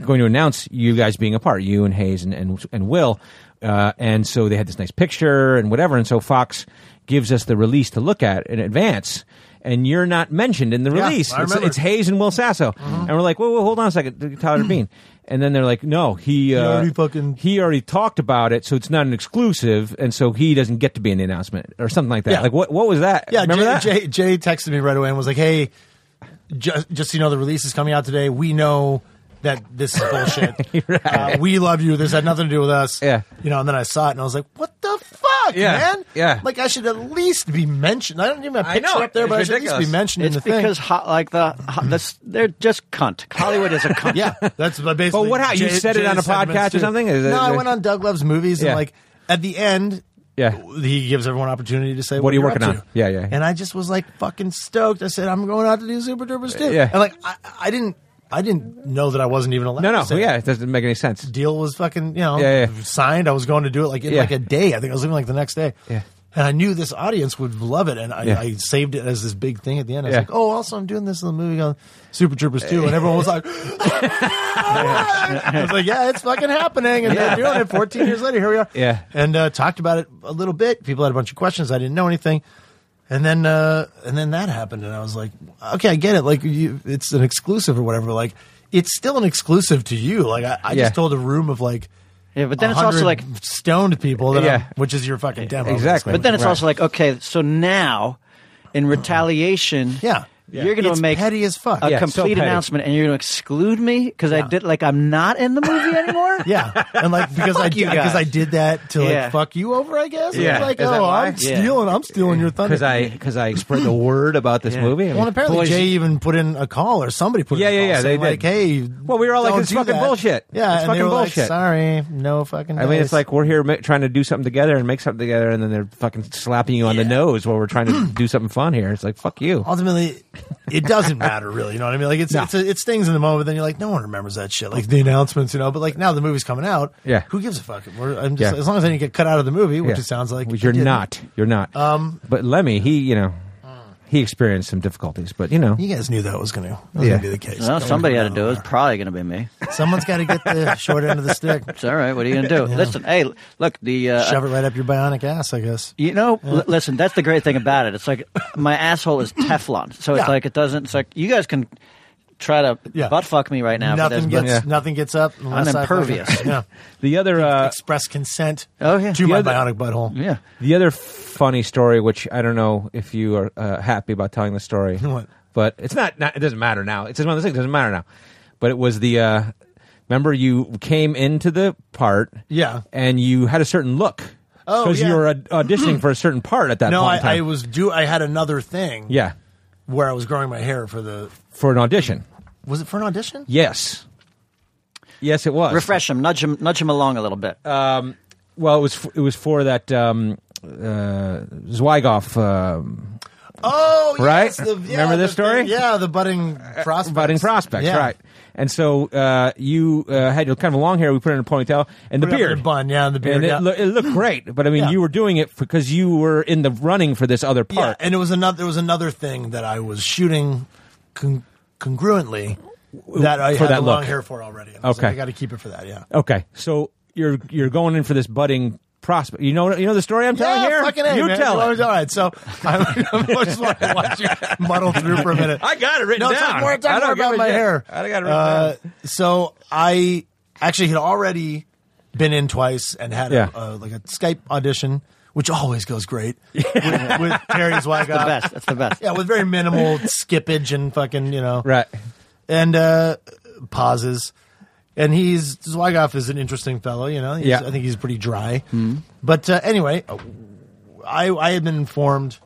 going to announce you guys being apart, you and Hayes and and, and Will, uh, and so they had this nice picture and whatever, and so Fox gives us the release to look at in advance, and you're not mentioned in the Yeah, release. I It's- remember. Uh-huh. it's, Hayes and Will Sasso, and we're like, whoa, whoa, hold on a second, Tyler Bean, and then they're like, no, he uh, already fucking- he already talked about it, so it's not an exclusive, and so he doesn't get to be in the announcement or something like that. Yeah. Like what what was that? Yeah, remember Jay, that? Jay, Jay texted me right away and was like, "Hey, just, just so you know, the release is coming out today. We know that this is bullshit. uh, we love you. This had nothing to do with us. Yeah. You know, and then I saw it and I was like, what the fuck, Yeah, man? yeah. Like, I should at least be mentioned. I don't even have a I picture know, up there, it's but I should at ridiculous. least be mentioned It's in the because thing. ho- like the, ho- this, they're just cunt. Hollywood is a cunt. Yeah, that's my basically. But what- how- you said it on a sentiments podcast or too. something? Is it- no, I went on Doug Love's Movies Yeah. and like at the end, Yeah. he gives everyone opportunity to say what, are you you're working up on? to. Yeah, yeah. And I just was like fucking stoked. I said I'm going out to do Super Duper's too. yeah. and like I, I didn't, I didn't know that I wasn't even allowed. No, no, to say yeah, it. it doesn't make any sense. Deal was fucking you know Yeah, yeah. signed. I was going to do it like in Yeah. like a day. I think I was leaving like the next day. Yeah. And I knew this audience would love it, and I, Yeah. I saved it as this big thing at the end. I was Yeah. like, "Oh, also, I'm doing this little movie on Super Troopers 2. and everyone was like, I was like, yeah, it's fucking happening. And they're doing it 14 years later. Here we are. Yeah. And uh, talked about it a little bit. People had a bunch of questions. I didn't know anything. And then, uh, and then that happened. And I was like, okay, I get it. Like, you, it's an exclusive or whatever. Like, it's still an exclusive to you. Like, I, I Yeah. just told a room of like, Yeah, but then it's also 100 like stoned people, that Yeah. I'm- which is your fucking demo. Exactly. basically. But then it's Right. also like, okay, so now in retaliation, Yeah. you're going It's to make petty as fuck. a Yeah, so complete petty. announcement, and you're going to exclude me because I did like I'm not in the movie anymore. Yeah, and like because I you because I guys. did that to like Yeah. fuck you over, I guess. It's Yeah. like Is that oh, why? I'm Yeah. stealing, I'm stealing your thunder. Because I because I spread the word about this Yeah. movie. I well, mean, and apparently boys- Jay even put in a call or somebody put Yeah, in a yeah, call yeah, they saying, did. like, hey, Well, we were all like, don't it's do fucking that. bullshit. Yeah, It's and they fucking were like, bullshit. Sorry, no fucking. I mean, dice. it's like we're here ma- trying to do something together and make something together, and then they're fucking slapping you on the nose while we're trying to do something fun here. It's like fuck you. ultimately it doesn't matter really. You know what I mean? Like it's it's it stings in the moment. Then you're like, no one remembers that shit. Like the announcements, you know. But like now the movie's coming out. Yeah. who gives a fuck? We're, I'm just Yeah. as long as I didn't get cut out of the movie, which Yeah. it sounds like Well, I you're didn't. not. You're not. Um, Hmm. but Lemmy, he you know he experienced some difficulties, but you know You guys knew that was going to was Yeah. gonna be the case. Well, That somebody was had to do it. It's gonna- probably going to be me. Someone's got to get the short end of the stick. It's all right. What are you going to do? Listen, hey, look, the uh, Shove it right up your bionic ass, I guess. You know, l- listen, that's the great thing about it. It's like my asshole is Teflon. So it's Yeah. like it doesn't, it's like you guys can try to Yeah. butt fuck me right now. but nothing there's- gets Yeah. nothing gets up. Unless I fucking- impervious. yeah. the other uh, Express consent. Oh, yeah. To The my other- bionic butthole. yeah. The other funny story, which I don't know if you are uh, happy about telling the story, What? but it's not, not. It doesn't matter now. It's just one of those things. It doesn't matter now. But it was the. Uh, remember, you came into the part. Yeah. And you had a certain look. Oh, Because yeah. you were ad- auditioning for a certain part at that No, point. in I, I time. was do. I had another thing. Yeah, Where I was growing my hair for the. for an audition. Was it for an audition? Yes. Yes, it was. Refresh him, nudge him, nudge him along a little bit. Well, it was. F- it was for that um, uh, Zweigoff. Um, Oh, Right? yes, the- yeah, Remember this the- story? Uh, yeah, the budding prospects. budding prospects, Yeah. right? And so uh, you uh, had your kind of long hair. We put it in a ponytail and Put the it up in beard. a bun, yeah, and the beard, And it, yeah. loo- it looked great, but I mean, Yeah. you were doing it because you were in the running for this other Yeah, part. and it was another. There was another thing that I was shooting con- congruently that I For had that the long look. hair for already. And I was Okay. like, I got to keep it for that. Yeah. okay, so you're you're going in for this budding prospect. You know you know the story I'm telling yeah, here. fucking A, you man. tell Well, it. All right, so I, I just want to watch you muddle through for a minute. I got it written no, down. Talk more, talk I don't more about give a my shit. hair. I got it written Uh, down. so I actually had already been in twice and had Yeah. a, a, like a Skype audition, which always goes great with, with Terry's wife. the best. That's the best. Yeah, with very minimal skippage and fucking you know Right. and uh, pauses. And he's Zweigoff is an interesting fellow, you know. He's, Yeah. Hmm. I think he's pretty dry. But uh, anyway, I I had been informed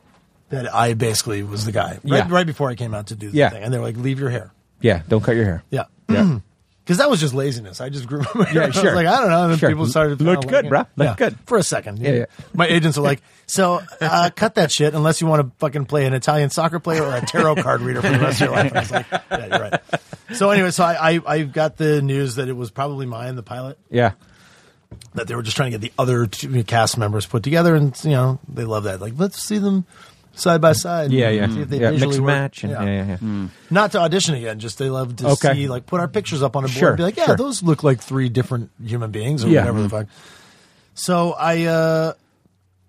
that I basically was the guy right, Yeah. right before I came out to do the Yeah. thing, and they were like, "Leave your hair." Yeah. Don't cut your hair. Yeah. Yeah. Because that was just laziness. I just grew my hair. Yeah, I sure. was like, I don't know. And then Sure. people started. Looked kinda good, liking bruh. it. Looked Yeah. good. For a second. Yeah, yeah. My agents are like, so uh, cut that shit unless you want to fucking play an Italian soccer player or a tarot card reader for the rest of your life. And I was like, yeah, you're right. So anyway, so I, I, I got the news that it was probably mine, the pilot, Yeah. that they were just trying to get the other two cast members put together. And, you know, they love that. Like, let's see them side by side. Yeah. Yeah. and See if they Mm. yeah. visually Mixed work. match. And, yeah. Yeah. yeah. Not to audition again, just they love to Okay. see, like, put our pictures up on a board Sure, and be like, yeah, sure. those look like three different human beings or Yeah. Mm-hmm. whatever the fuck. So I, uh,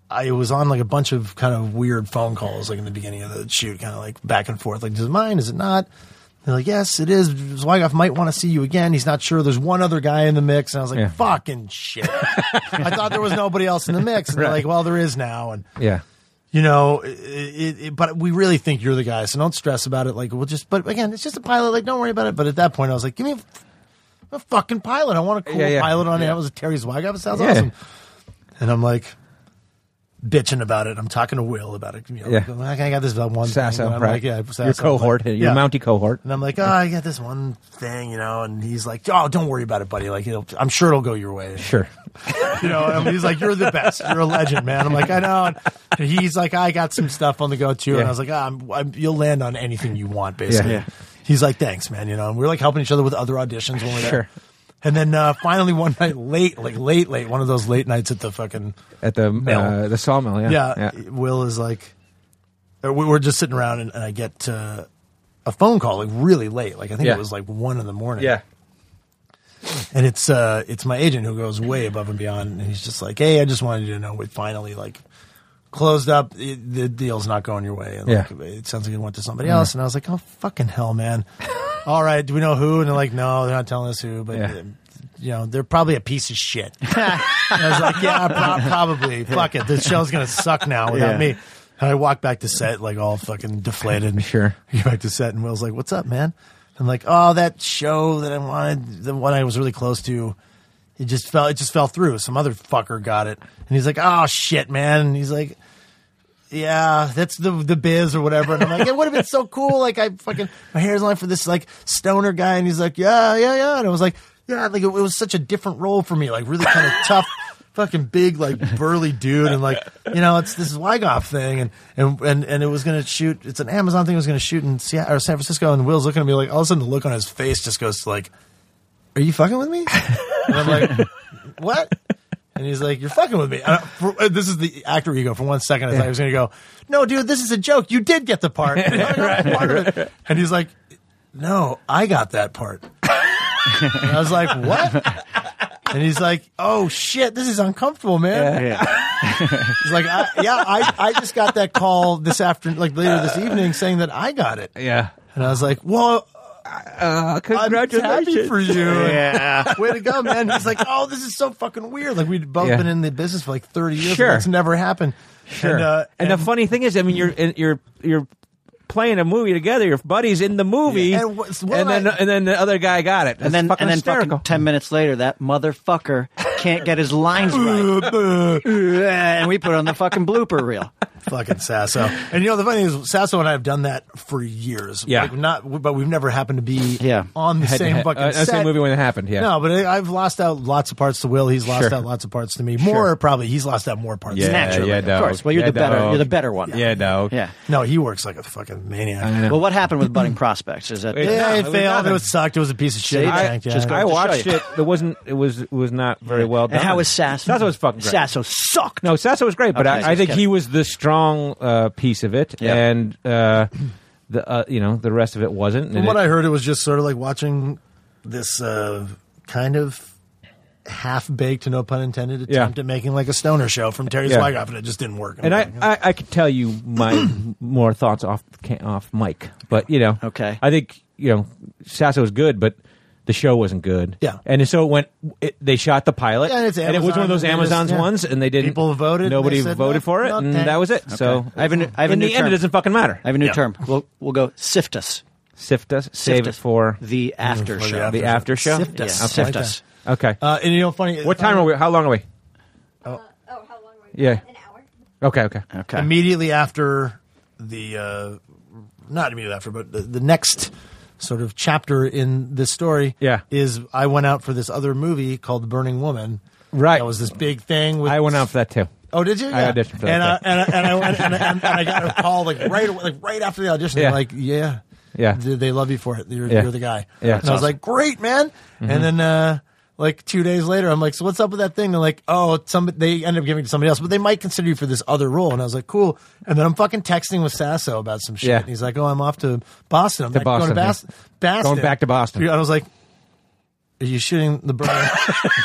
I was on like a bunch of kind of weird phone calls, like in the beginning of the shoot, kind of like back and forth, like, is it mine? Is it not? They're like, yes, it is. Zweigoff might want to see you again. He's not sure. There's one other guy in the mix. And I was like, Yeah. fucking shit. I thought there was nobody else in the mix. And they're like, well, there is now. And Yeah. you know, it, it, it, but we really think you're the guy, so don't stress about it. Like, we'll just, but again, it's just a pilot. Like, don't worry about it. But at that point, I was like, give me, a, a fucking pilot. I want a cool Yeah, yeah. pilot on it. That was a Terry Zweig. That sounds Yeah. awesome. And I'm like bitching about it. I'm talking to Will about it. You know, Yeah. I'm like, I got this one Sasso, thing. And I'm right? like, yeah, Sasso. your cohort, I'm like, your yeah. Mountie cohort. And I'm like, oh, I got this one thing, you know. And he's like, oh, don't worry about it, buddy. Like, it'll, I'm sure it'll go your way. Sure. You know, and he's like, you're the best. You're a legend, man. I'm like, I know. And he's like, I got some stuff on the go too. And Yeah. I was like, ah, I'm, I'm, you'll land on anything you want, basically. Yeah. He's like, thanks, man. You know, and we are like helping each other with other auditions when we are Sure. there. And then uh, finally one night late, like late, late, one of those late nights at the fucking At the Mill. uh, the sawmill, yeah. yeah, Will is like, or we- we're just sitting around and, and I get uh, a phone call like really late, like I think Yeah. it was like one in the morning. Yeah. and it's uh, it's my agent who goes way above and beyond, and he's just like, hey, I just wanted you to know we finally like closed up. It, the deal's not going your way, and Yeah. like, it sounds like it went to somebody else. And I was like, oh fucking hell, man. All right, do we know who? And they're like, no, they're not telling us who, but. uh, Yeah. you know they're probably a piece of shit. And I was like, yeah, pro- probably. Fuck it, this show's gonna suck now without Yeah. me. And I walk back to set like all fucking deflated. Sure. I Get back to set, and Will's like, "What's up, man?" I'm like, "Oh, that show that I wanted, the one I was really close to, it just fell. It just fell through. Some other fucker got it." And he's like, "Oh shit, man!" And he's like, "Yeah, that's the the biz or whatever." And I'm like, "It would have been so cool. Like, I fucking my hair's lined for this like stoner guy." And he's like, "Yeah, yeah, yeah." And I was like, "Yeah, like it, it was such a different role for me. Like, really kind of tough." Fucking big, like burly dude, and like you know, it's this Wygoff thing, and and and, and it was gonna shoot. It's an Amazon thing. It was gonna shoot in Seattle or San Francisco, and Will's looking at me like all of a sudden the look on his face just goes to like, "Are you fucking with me?" And I'm like, what? And he's like, you're fucking with me. And I- for- uh, this is the actor ego. For one second, I thought he was going to go, no, dude, this is a joke. You did get the part. And, I got part of it. And he's like, no, I got that part. and I was like, what? And he's like, oh shit, this is uncomfortable, man. He's like, I, yeah, I, I just got that call this afternoon, like later this evening, saying that I got it. Yeah. And I was like, well, Uh, I'm happy congratulations. for you. Yeah. Way to go, man. He's like, oh, this is so fucking weird. Like, we'd both Yeah. been in the business for like 30 Sure. years. Sure. It's never happened. Sure. And, uh, and, the funny thing is, I mean, you're and you're you're playing a movie together. Your buddies in the movie, Yeah. And what's- what and then I- and then the other guy got it. That's and then fucking and then hysterical. fucking ten minutes later, that motherfucker can't get his lines right, and we put it on the fucking blooper reel. fucking Sasso. And you know, the funny thing is, Sasso and I have done that for years. Yeah. Like, not, but we've never happened to be Yeah. on the Head to same head. fucking Uh, set. the same movie when it happened. Yeah. No, but I, I've lost out lots of parts to Will. He's lost Sure. out lots of parts to me. More probably. He's lost out more parts. Yeah, than me. Naturally, yeah, of dog. course. Well, you're Yeah, the better, dog. you're the better one. Yeah, no. yeah. No, he works like a fucking maniac. Well, what happened with budding prospects is that Yeah, Yeah, it it was failed. It nothing. was sucked. It was a piece of shit. I- Tanked, just yeah. go I to watched show you. it. It wasn't. It was. It was not very well done. and how was Sasso? Sasso was fucking great. Sasso sucked. No, Sasso was great, but Okay. I, I think he was the strong uh, piece of it, Yeah. and uh, the uh, you know the rest of it wasn't. And From what it- I heard, it was just sort of like watching this uh, kind of half baked, no pun intended, Yeah. attempt at making like a stoner show from Terry Yeah. Zweigoff, and it just didn't work. and I, I, I could tell you my more thoughts off ca- off mic, but you know, Okay. I think you know Sasso was good, but the show wasn't good. Yeah. and so it went. It, they shot the pilot, Yeah, and it's it was one of Amazon, those and they Amazon's just- yeah. ones, and they didn't. People voted, and they Nobody said, voted "No, for it, no, and thanks." that was it. So I have a new- I have a in new the end, term. it doesn't fucking matter. I have a new Yeah. term. We'll we'll go sift us. Sift us, save Sift it us. for the after For the show. after- the after show. Sift Yeah, us. Okay. sift Like us. Okay. uh, and you know, funny. uh, what time are we? How long are we? Uh, Oh, how long were you? Yeah. An hour. Okay. Okay. Okay. Immediately after the, uh, not immediately after, but the, the next sort of chapter in this story Yeah. is I went out for this other movie called Burning Woman. Right. That was this big thing with I went out for that too. Oh, did you? I auditioned for that and, I, thing. and, I, and I went and, I- and, and I got a call like right away, like right after the audition. They're Yeah. like, yeah, Yeah. they, they love you for it. You're, Yeah. you're the guy. Yeah. Mm-hmm. and I was like, great, man. And then uh, like two days later, I'm like, so what's up with that thing? They're like, oh, some they end up giving it to somebody else, but they might consider you for this other role. And I was like, cool. And then I'm fucking texting with Sasso about some shit. Yeah. And he's like, oh, I'm off to Boston. I'm To not going to Boston, Bas- Boston. Going back to Boston. And I was like. Are you shooting the burn?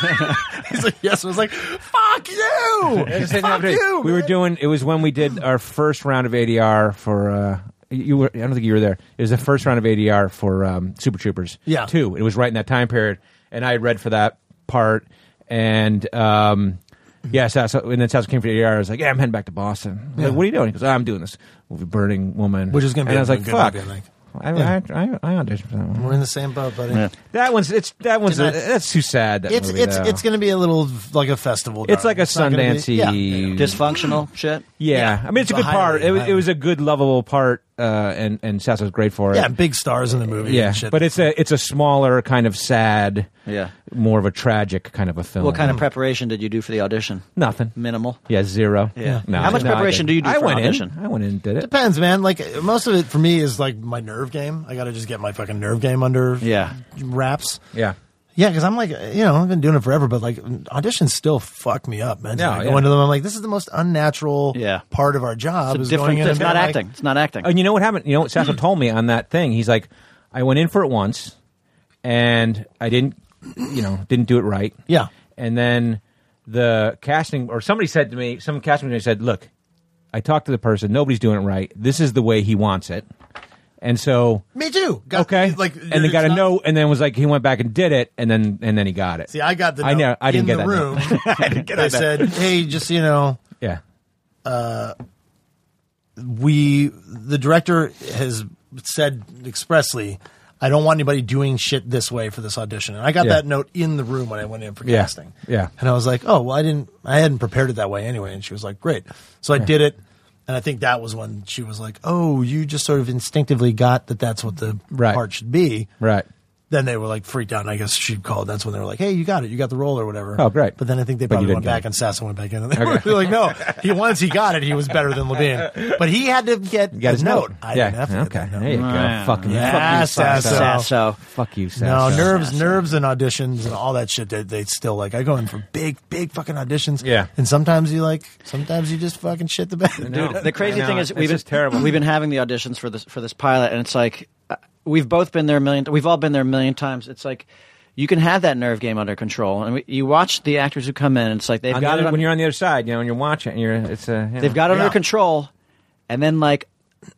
He's like, yes. I was like, fuck you. Fuck you. we were man. doing. It was when we did our first round of ADR for. Uh, you were. I don't think you were there. It was the first round of ADR for um, Super Troopers. Yeah. Two. It was right in that time period, and I had read for that part, and. Um, yeah, Sasso, and then Sasso came for the ADR. I was like, "Yeah, I'm heading back to Boston." I'm Like, what are you doing? He goes, "Ah, "I'm doing this movie, Burning Woman," Which is gonna be And I a was like, good "Fuck!" movie, I think. I, Yeah. I, I, I auditioned for that one. We're in the same boat, buddy. Yeah. That one's it's that one's Did I- that's too sad. That It's movie, it's though. it's going to be a little like a festival. It's like darling. a not gonna Sundance. be- yeah. Dysfunctional shit. yeah. yeah, I mean, it's a it's good a part. highlight, It was, it highlight. was a good, lovable part, uh, and and Sasso's great for it. Yeah, big stars in the movie. yeah. and shit. But it's a it's a smaller kind of sad, Yeah. more of a tragic kind of a film. What kind of preparation did you do for the audition? nothing? Minimal. Yeah, zero. Yeah. No, How much no, I preparation didn't. do you do I for an went audition? in. I went in and did it. depends, man. Like most of it for me is like my nerve game. I got to just get my fucking nerve game under Yeah. wraps. Yeah. Yeah, because I'm like, you know, I've been doing it forever, but like auditions still fuck me up, man. Yeah, I yeah. go into them, I'm like, this is the most unnatural Yeah. part of our job. It's is a different. going in It's and not being like- acting. It's not acting. And you know what happened? You know what Sasso told me on that thing? He's like, I went in for it once, and I didn't, you know, didn't do it right. Yeah. And then the casting, or somebody said to me, some casting manager said, "Look, I talked to the person. Nobody's doing it right. This is the way he wants it." And so, Me too. Got- okay, Like, and they got a it's not- note, and then was like, he went back and did it, and then and then he got it. See, I got the. I note know- I didn't in get the that room. I didn't get they said, "Hey, just so you know, yeah, we the director has said expressly." I don't want anybody doing shit this way for this audition. And I got Yeah. that note in the room when I went in for Yeah. casting. Yeah. And I was like, oh, well, I didn't, I hadn't prepared it that way anyway. And she was like, great. So I did it. And I think that was when she was like, oh, you just sort of instinctively got that that's what the Right. part should be. right. Then they were like freaked out. And I guess she called. That's when they were like, hey, you got it. You got the role or whatever. Oh, great. But then I think they But you probably didn't went get back it. and Sasso went back in. And they were like, no, he once he got it, he was better than Levine. But he had to get You got his his note. note. I yeah. didn't have to okay. get that There you go. note. Yeah. Fucking Yeah, fuck you, Sasso. Sasso. Sasso. Fuck you, No, Sasso. nerves, nerves, and auditions and all that shit. They, they still like. I go in for big, big fucking auditions. Yeah. and sometimes you like, sometimes you just fucking shit the bed. know. Dude, the crazy I know, thing is it's we've been just terrible. We've been having the auditions for this for this pilot, and it's like uh, we've both been there a million. We've all been there a million times. It's like you can have that nerve game under control, and we, you watch the actors who come in. and It's like they've On the got it other- under, when you're on the other side, you know, and you're watching, you're it's a you they've know. got it Yeah. under control, and then like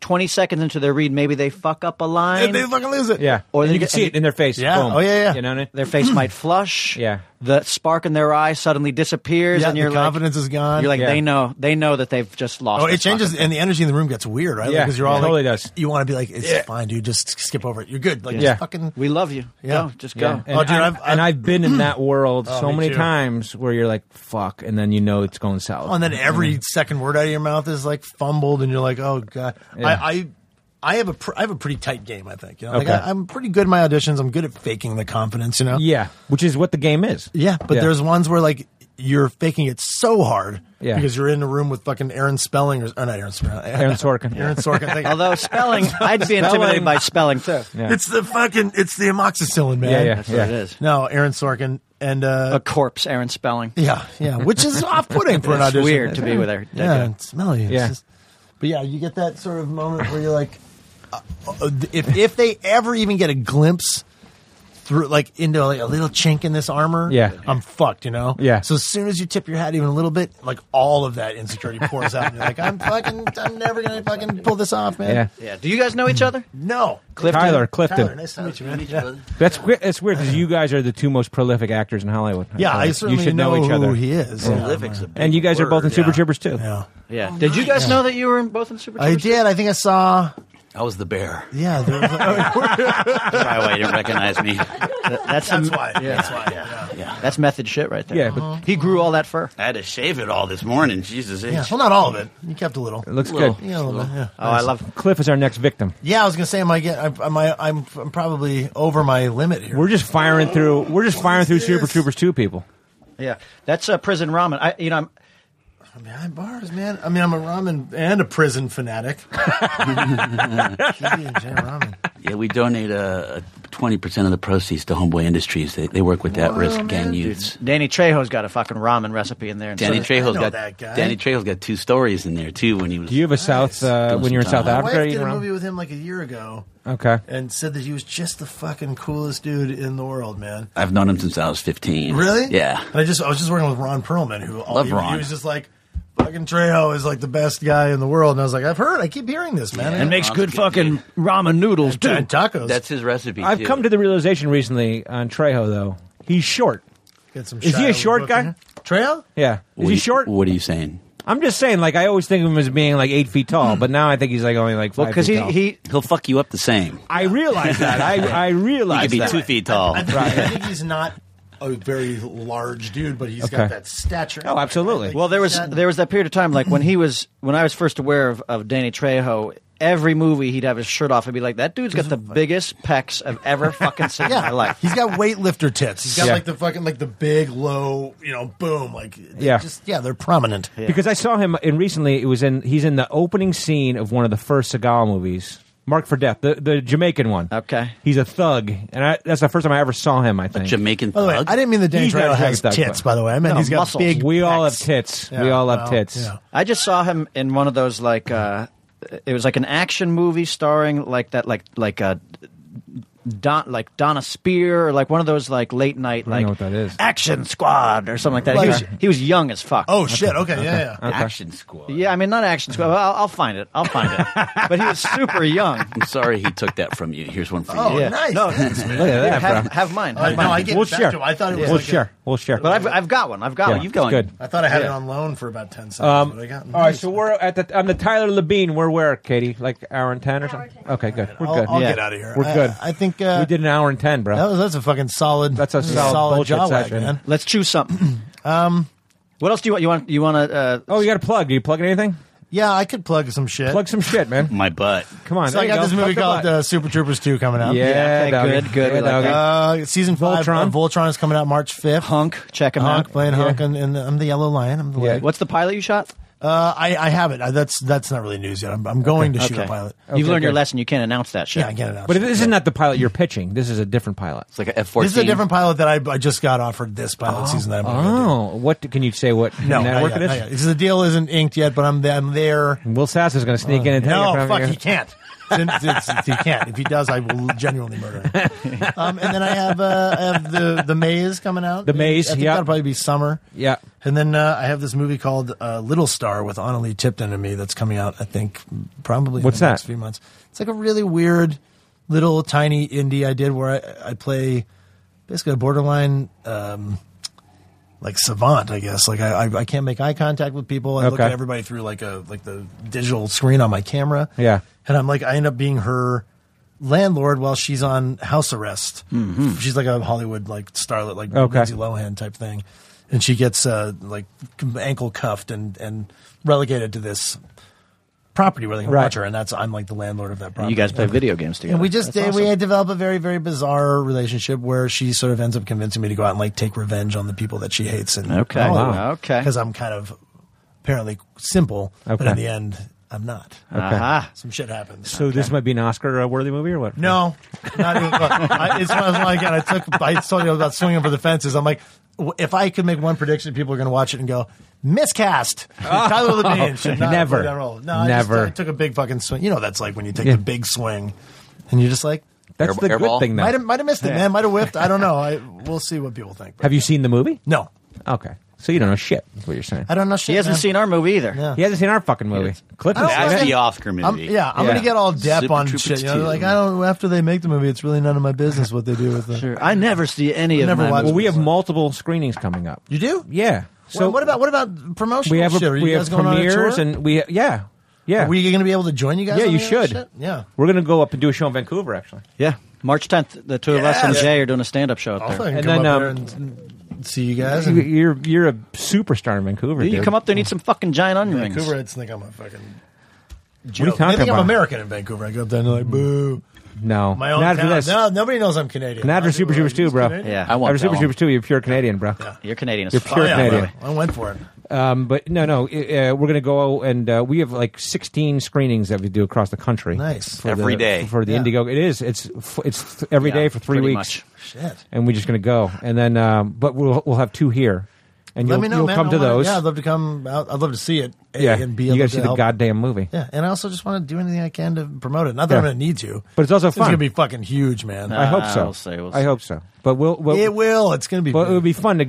twenty seconds into their read, maybe they fuck up a line. And they fucking lose it. Yeah. Or Or then you you can get- see it in their face. Yeah. Boom. Oh, yeah, yeah. You know what I mean? their face might flush. Yeah. The spark in their eye suddenly disappears, Yeah, and you're the like, confidence is gone. You're like, Yeah. they know, they know that they've just lost. Oh, it this fucking changes, and the energy in the room gets weird, right? Yeah, because you're all it totally like, does. You want to be like, it's fine, dude. Just skip over it. You're good. Like, Yeah. just fucking. We love you. Yeah. Go, just Yeah. go. And, Oh, dude, I, I've- Oh, and I've been in that world so me many too. Oh, times where you're like, fuck, and then you know it's going south. and then every second word out of your mouth is like fumbled, and you're like, oh god. Yeah. I, I I have a pr- I have a pretty tight game. I think. You know, like Okay. I, I'm pretty good at my auditions. I'm good at faking the confidence. You know. yeah, which is what the game is. Yeah, but there's ones where like you're faking it so hard Yeah. because you're in a room with fucking Aaron Spelling or, or not Aaron Spelling, Aaron Sorkin. Aaron Sorkin. Thing. Although spelling, I'd be intimidated by spelling too. Yeah. it's the fucking it's the amoxicillin, man. Yeah, yeah. That's what it is. No, Aaron Sorkin and uh, A corpse, Aaron Spelling. yeah, yeah, which is off-putting for an It's audition. weird to be with her. Yeah, it's smelly. It's Yeah. just- but yeah, you get that sort of moment where you're like, uh, uh, if if they ever even get a glimpse through like into like a little chink in this armor, Yeah. I'm fucked, you know. Yeah. So as soon as you tip your hat even a little bit, like all of that insecurity pours out, and you're like, I'm fucking, I'm never gonna fucking pull this off, man. yeah. Yeah. Do you guys know each other? No, Clifton. Tyler Clifton. Tyler, nice to meet you, man. Yeah, That's we- that's weird because you guys are the two most prolific actors in Hollywood. yeah I feel like. certainly you should know, know, each other. who he is. Yeah. Prolific's a big and you guys are both in word. Super Yeah. Troopers too. Yeah. Yeah. Did you guys know that you were in both in Super I Troopers? did. I think I saw. I was the bear. Yeah, there was a, That's probably why you didn't recognize me. Th- That's that's some- why. That's why. Yeah. That's method shit right there. Yeah, but- Uh-huh. he grew all that fur. I had to shave it all this morning. Jesus. Yeah, well, not all of it. You kept a little. It looks Well- good. Yeah, a little bit, yeah. Oh, I love. Cliff is our next victim. Yeah, I was gonna say, am I get? I'm, am I, I'm, I'm probably over my limit here. We're just firing through. We're just firing through Super Troopers two people. Yeah. That's uh, prison ramen. I, you know, I'm, I'm behind bars, man. I mean, I'm a ramen and a prison fanatic. Keely and Jay Ramen. Yeah, we donate uh, 20% of the proceeds to Homeboy Industries. They, they work with that risk gang youths. Danny Trejo's got a fucking ramen recipe in there. and Danny so- Trejo's know got that guy. Danny Trejo's got two stories in there too. When he was Do you have a South uh, Doing when you're in some South time. My Africa? wife you did a know? movie with him like a year ago Okay. and said that he was just the fucking coolest dude in the world, man. I've known him since I was 15. Really? Yeah. And I just I was just working with Ron Perlman, who all, Love he, Ron. he was just like. Fucking Trejo is like the best guy in the world, and I was like, I've heard, I keep hearing this, man. And makes good fucking ramen noodles, and tacos. That's his recipe. I've too. come to the realization recently on Trejo though. He's short. Get some Is he a Shia short LaBeouf guy? in here. Trejo? Yeah. Is What he are you- short? What are you saying? I'm just saying, like I always think of him as being like eight feet tall, but now I think he's like only like five. Well, because feet he, tall. he He'll fuck you up the same. I realize that. I I He realize could be that. two feet tall. I think, I think he's not a very large dude, but he's Okay. got that stature. Oh, absolutely. Like, Well, there was he's got- there was that period of time, like when he was when I was first aware of, of Danny Trejo. Every movie, he'd have his shirt off and be like, "That dude's got the biggest pecs I've ever fucking seen in my life." He's got weightlifter tits. He's got Yeah. like the fucking like the big low, you know, boom. Like they Yeah. just yeah, they're prominent. Because I saw him in recently. It was in he's in the opening scene of one of the first Seagal movies, Mark for Death, the the Jamaican one. Okay. he's a thug, and I, that's the first time I ever saw him. I think Jamaican By the way, thug. I didn't mean the Danny He's got Trejo a has thug, tits. but- By the way, I meant No, he's got muscles. big. We all have pecs. tits. we Yeah, all have well, tits. yeah. I just saw him in one of those like uh, it was like an action movie starring like that like like uh, Don like Donna Spear or like one of those like late night I don't like know what that is. Action Squad or something like that. Like- he was he was young as fuck. Oh shit! Okay, yeah, yeah. Action squad. yeah, I mean not Action Squad. but I'll, I'll find it. I'll find it. but he was super young. I'm sorry he took that from you. Here's one for Oh, you. Yeah. nice. No, Thanks, man. Look at that, bro. have, have mine. I, Have no, mine. I get We'll back share. to him. I thought it was We'll like a- share. We'll share. But I've, I've got one. I've got Yeah, one. oh, You've You've got got going. good. I thought I had it Yeah. on loan for about ten seconds, Um, but I got. all right, so we're at the on the Tyler Labine. We're where, Katie? Like hour and ten or Hour something? and 10. Okay, good. We're I'll, good. I'll Yeah. get out of here. We're I- good. I think uh, we did an hour and ten, bro. That was that's a fucking solid. That's a solid bullshit jaw whack, session. man. Let's choose something. Um, what else do you want? You want you want to? Uh, oh, you got to plug. Do you plug anything? Yeah, I could plug some shit. Plug some shit, man. My butt. Come on. so I there you got go. this movie Plug your called butt. uh, Super Troopers Two coming out. yeah, okay, doggy. good, good, Yeah, we like doggy. that. Uh, season five Voltron. of Voltron is coming out March fifth. Hunk, check him Hunk out. playing Yeah. Hunk, and, and I'm the Yellow Lion. I'm the Yeah. leg. What's the pilot you shot? Uh, I, I have it. I, that's that's not really news yet. I'm, I'm going to shoot a pilot. You've Okay, learned your good. lesson. You can't announce that shit. Yeah, I get it out. But this is not the pilot you're pitching. This is a different pilot. It's like a F14. This is a different pilot that I, I just got offered this pilot season that I'm going to do. Oh, what can you say? What No, not network yet, it is? not yet. Because the deal isn't inked yet, but I'm, I'm there. Will Sass is going to sneak in and tell you. if No, I'm fuck, he here. can't. It's- it's- he can't. If he does, I will genuinely murder him. Um, and then I have uh, I have the the maze coming out. The Maze, I think yeah. that'll probably be summer. Yeah. And then uh, I have this movie called uh, Little Star with Annalie Tipton and me that's coming out. I think probably in What's the that? next few months. It's like a really weird little tiny indie I did where I, I play basically a borderline um, like savant, I guess. Like I, I, I can't make eye contact with people. I look Okay. at everybody through like a like the digital screen on my camera. Yeah. and I'm like I end up being her landlord while she's on house arrest. Mm-hmm. She's like a Hollywood like starlet, like Okay. Lindsay Lohan type thing, and she gets uh, like ankle cuffed and and relegated to this property where they can Right. watch her, and that's I'm like the landlord of that property. You guys play video games together. And we just That's did, we awesome. had developed a very very bizarre relationship where she sort of ends up convincing me to go out and like take revenge on the people that she hates. And Okay. Wow. Okay. Because I'm kind of apparently simple, but Okay. in the end, I'm not. Aha. Some shit happens. So this might be an Oscar-worthy movie or what? no, not even, I, it's one of those, like, again, I took I told you about swinging for the fences. I'm like. w- If I could make one prediction, people are going to watch it and go, miscast. Tyler Labine should not have Oh, Never. played that role. No, I just- Never. I took a big fucking swing. You know, that's like when you take Yeah. the big swing and you're just like, that's Air- the good airball? thing. Though. might have might have missed it, man. Might have whiffed. I don't know. I we'll see what people think. Have you seen the movie? No, Okay, so you don't know shit. Is what you're saying? I don't know. Shit, He hasn't man. seen our movie either. Yeah. He hasn't seen our fucking movie. Cliff has I don't seen That's it. like the Oscar movie. I'm, yeah, I'm Yeah. gonna get all deep Super on Troopers shit. You know, 2. like I don't. After they make the movie, it's really none of my business what they do with it. Sure. I never see any of Never my watched- Well, movies. we have multiple screenings coming up. You do? Yeah. So what about what about promotional we have shit? Are a, you we guys have going on a premieres tour? and we yeah yeah Are we going to be able to join you guys? yeah on you any of that should shit? Yeah. we're gonna go up and do a show in Vancouver actually. yeah. March 10th, the two of us and Yes. Oh, Jay are doing a stand up show out I'll there. fucking And come then, um, up there and see you guys. You- And You're you're a superstar in Vancouver. You dude. come up there and eat some fucking giant onion rings. Vancouverites think I'm a fucking. you Joke. talking They think about? Hmm. I'm American in Vancouver. I go up there and they're like, boo. No, My own not town. for this. No, nobody knows I'm Canadian. Not for Lots of Super people are Troopers like, two, "He's bro. Canadian." Yeah. I want After Super that Troopers two, you're pure Canadian, bro. You're Canadian as You're fuck. pure Oh, yeah, Canadian. bro. I went for it. Um, but no, no, uh, we're gonna go and uh, we have like 16 screenings that we do across the country. Nice. Every the, day. for the Yeah. Indigo. It is. It's f- it's th- every Yeah, day for three pretty weeks, much. Shit. and we're just gonna go. And then, um, but we'll we'll have two here, and Let you'll, me know, you'll man. come I to wanna- those. Yeah, I'd love to come out. I'd love to see it. A, Yeah. and B, you got to see the help. goddamn movie. Yeah, and I also just want to do anything I can to promote it. Not that Yeah. I'm going to need to, But it's also It's fun. going to be fucking huge, man. I hope Uh, so. we'll see, we'll I see. hope so. But we'll, we'll it will. It's going to be. Well, it big. would be fun to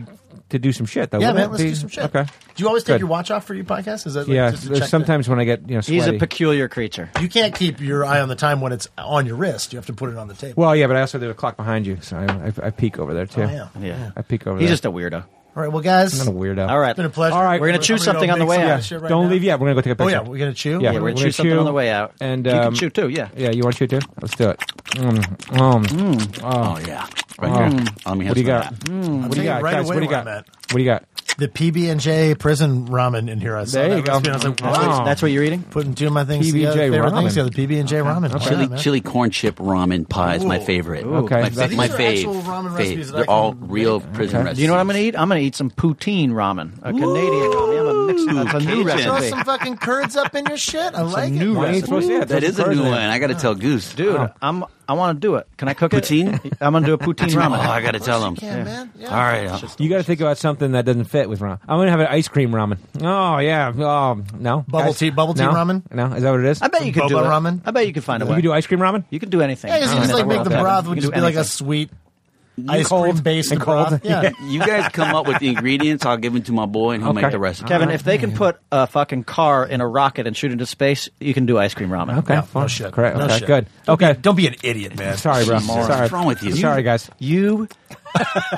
to do some shit though. yeah, wouldn't man. it Let's be? do some shit. Okay. Do you always take Good. your watch off for your podcast? Is that like, Yeah. Just to check Sometimes when I get you know sweaty. He's a peculiar creature. that- you can't keep your eye on the time when it's on your wrist. You have to put it on the table. well, yeah, but I also do a clock behind you, so I, I, I peek over there too. Oh, yeah. Yeah. I peek over He's there. just a weirdo. All right, well, guys, I'm a weirdo. All right. it's been a pleasure. All right, We're gonna chew something on the way out. Shit right Don't now. leave yet. We're gonna go take a Oh picture. yeah, we're gonna chew. Yeah, Yeah, we're we're gonna chew something on the way out. And, you um, can chew too. Yeah. Yeah, you want to chew too? Let's do it. Mm, mm. Oh, yeah. Hmm. Right here. Let me have What do you some of got? that. I'm What do you taking got, it guys? right away What do you where got? I'm at. What do you got? The PB and J prison ramen in here. I saw There that you go. recipe, and I was like, That's wow. what- That's what you're eating. putting two of my things PB&J together. Favorite ramen. things together. PB and J ramen. Why Chili, not, man? chili corn chip ramen pie is my Ooh. favorite. Okay. My, So fa- these my are fave. actual ramen fave. recipes that I They're all can real make. prison Okay. recipes. Do you know what I'm going to eat? I'm going to eat some poutine ramen, a Canadian ramen. I'm a mix. That's a new Cajun. Throw recipe. some fucking curds up in your shit. I like new it. Why don't you recipe. throw- yeah, throw That some is a cars new in. one. I got to tell Goose. Dude, Oh. I'm I want to do it. Can I cook it? Poutine? I'm gonna do a poutine Oh, ramen. I got to tell him. Yeah, man. Yeah. All right. I'll- You got to think about something that doesn't fit with ramen. I'm gonna have an ice cream ramen. Oh yeah. Oh no. Bubble Guys? tea- bubble tea No? ramen? No, is that what it is? I bet you could Boba do it. ramen? I bet you could find a you way. can do ice cream ramen. You can do anything. Yeah, just, you just That's like the make the world. broth You would can just do be like a anything. sweet ice cold cream based and cold. broth. Yeah. You guys come up with the ingredients. I'll give them to my boy, and he'll Okay. make the recipe. Kevin, if they Mm. can put a fucking car in a rocket and shoot into space, you can do ice cream ramen. Okay. No, fine. no shit. Correct. No okay. shit. Good. Don't okay. be- Don't be an idiot, man. Sorry, bro. Jesus. Sorry. What's wrong with you? Sorry, guys. You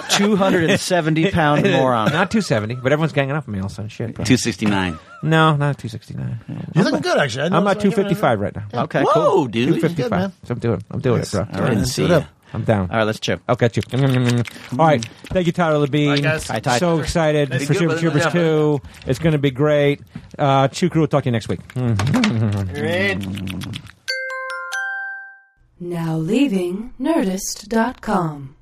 270 pound moron. Not 270, but everyone's ganging up on me all of a sudden. Shit, bro. Two sixty nine. No, not 269. You're looking good, actually. I know I'm not it's not giving 255 right now. Okay, cool. Whoa, dude. Good, 255. man. So I'm doing. I'm doing it, I bro. didn't Let's do see it you. up. I'm down. All right, let's chip. I'll catch you. Mm-hmm. All right. Thank you, Tyler Labine. Bye, guys. Bye, Ty. So excited Nice for to Super meet you, Troopers brother. 2. It's going to be great. Uh, Chew Crew, we'll talk to you next week. Now leaving Nerdist.com.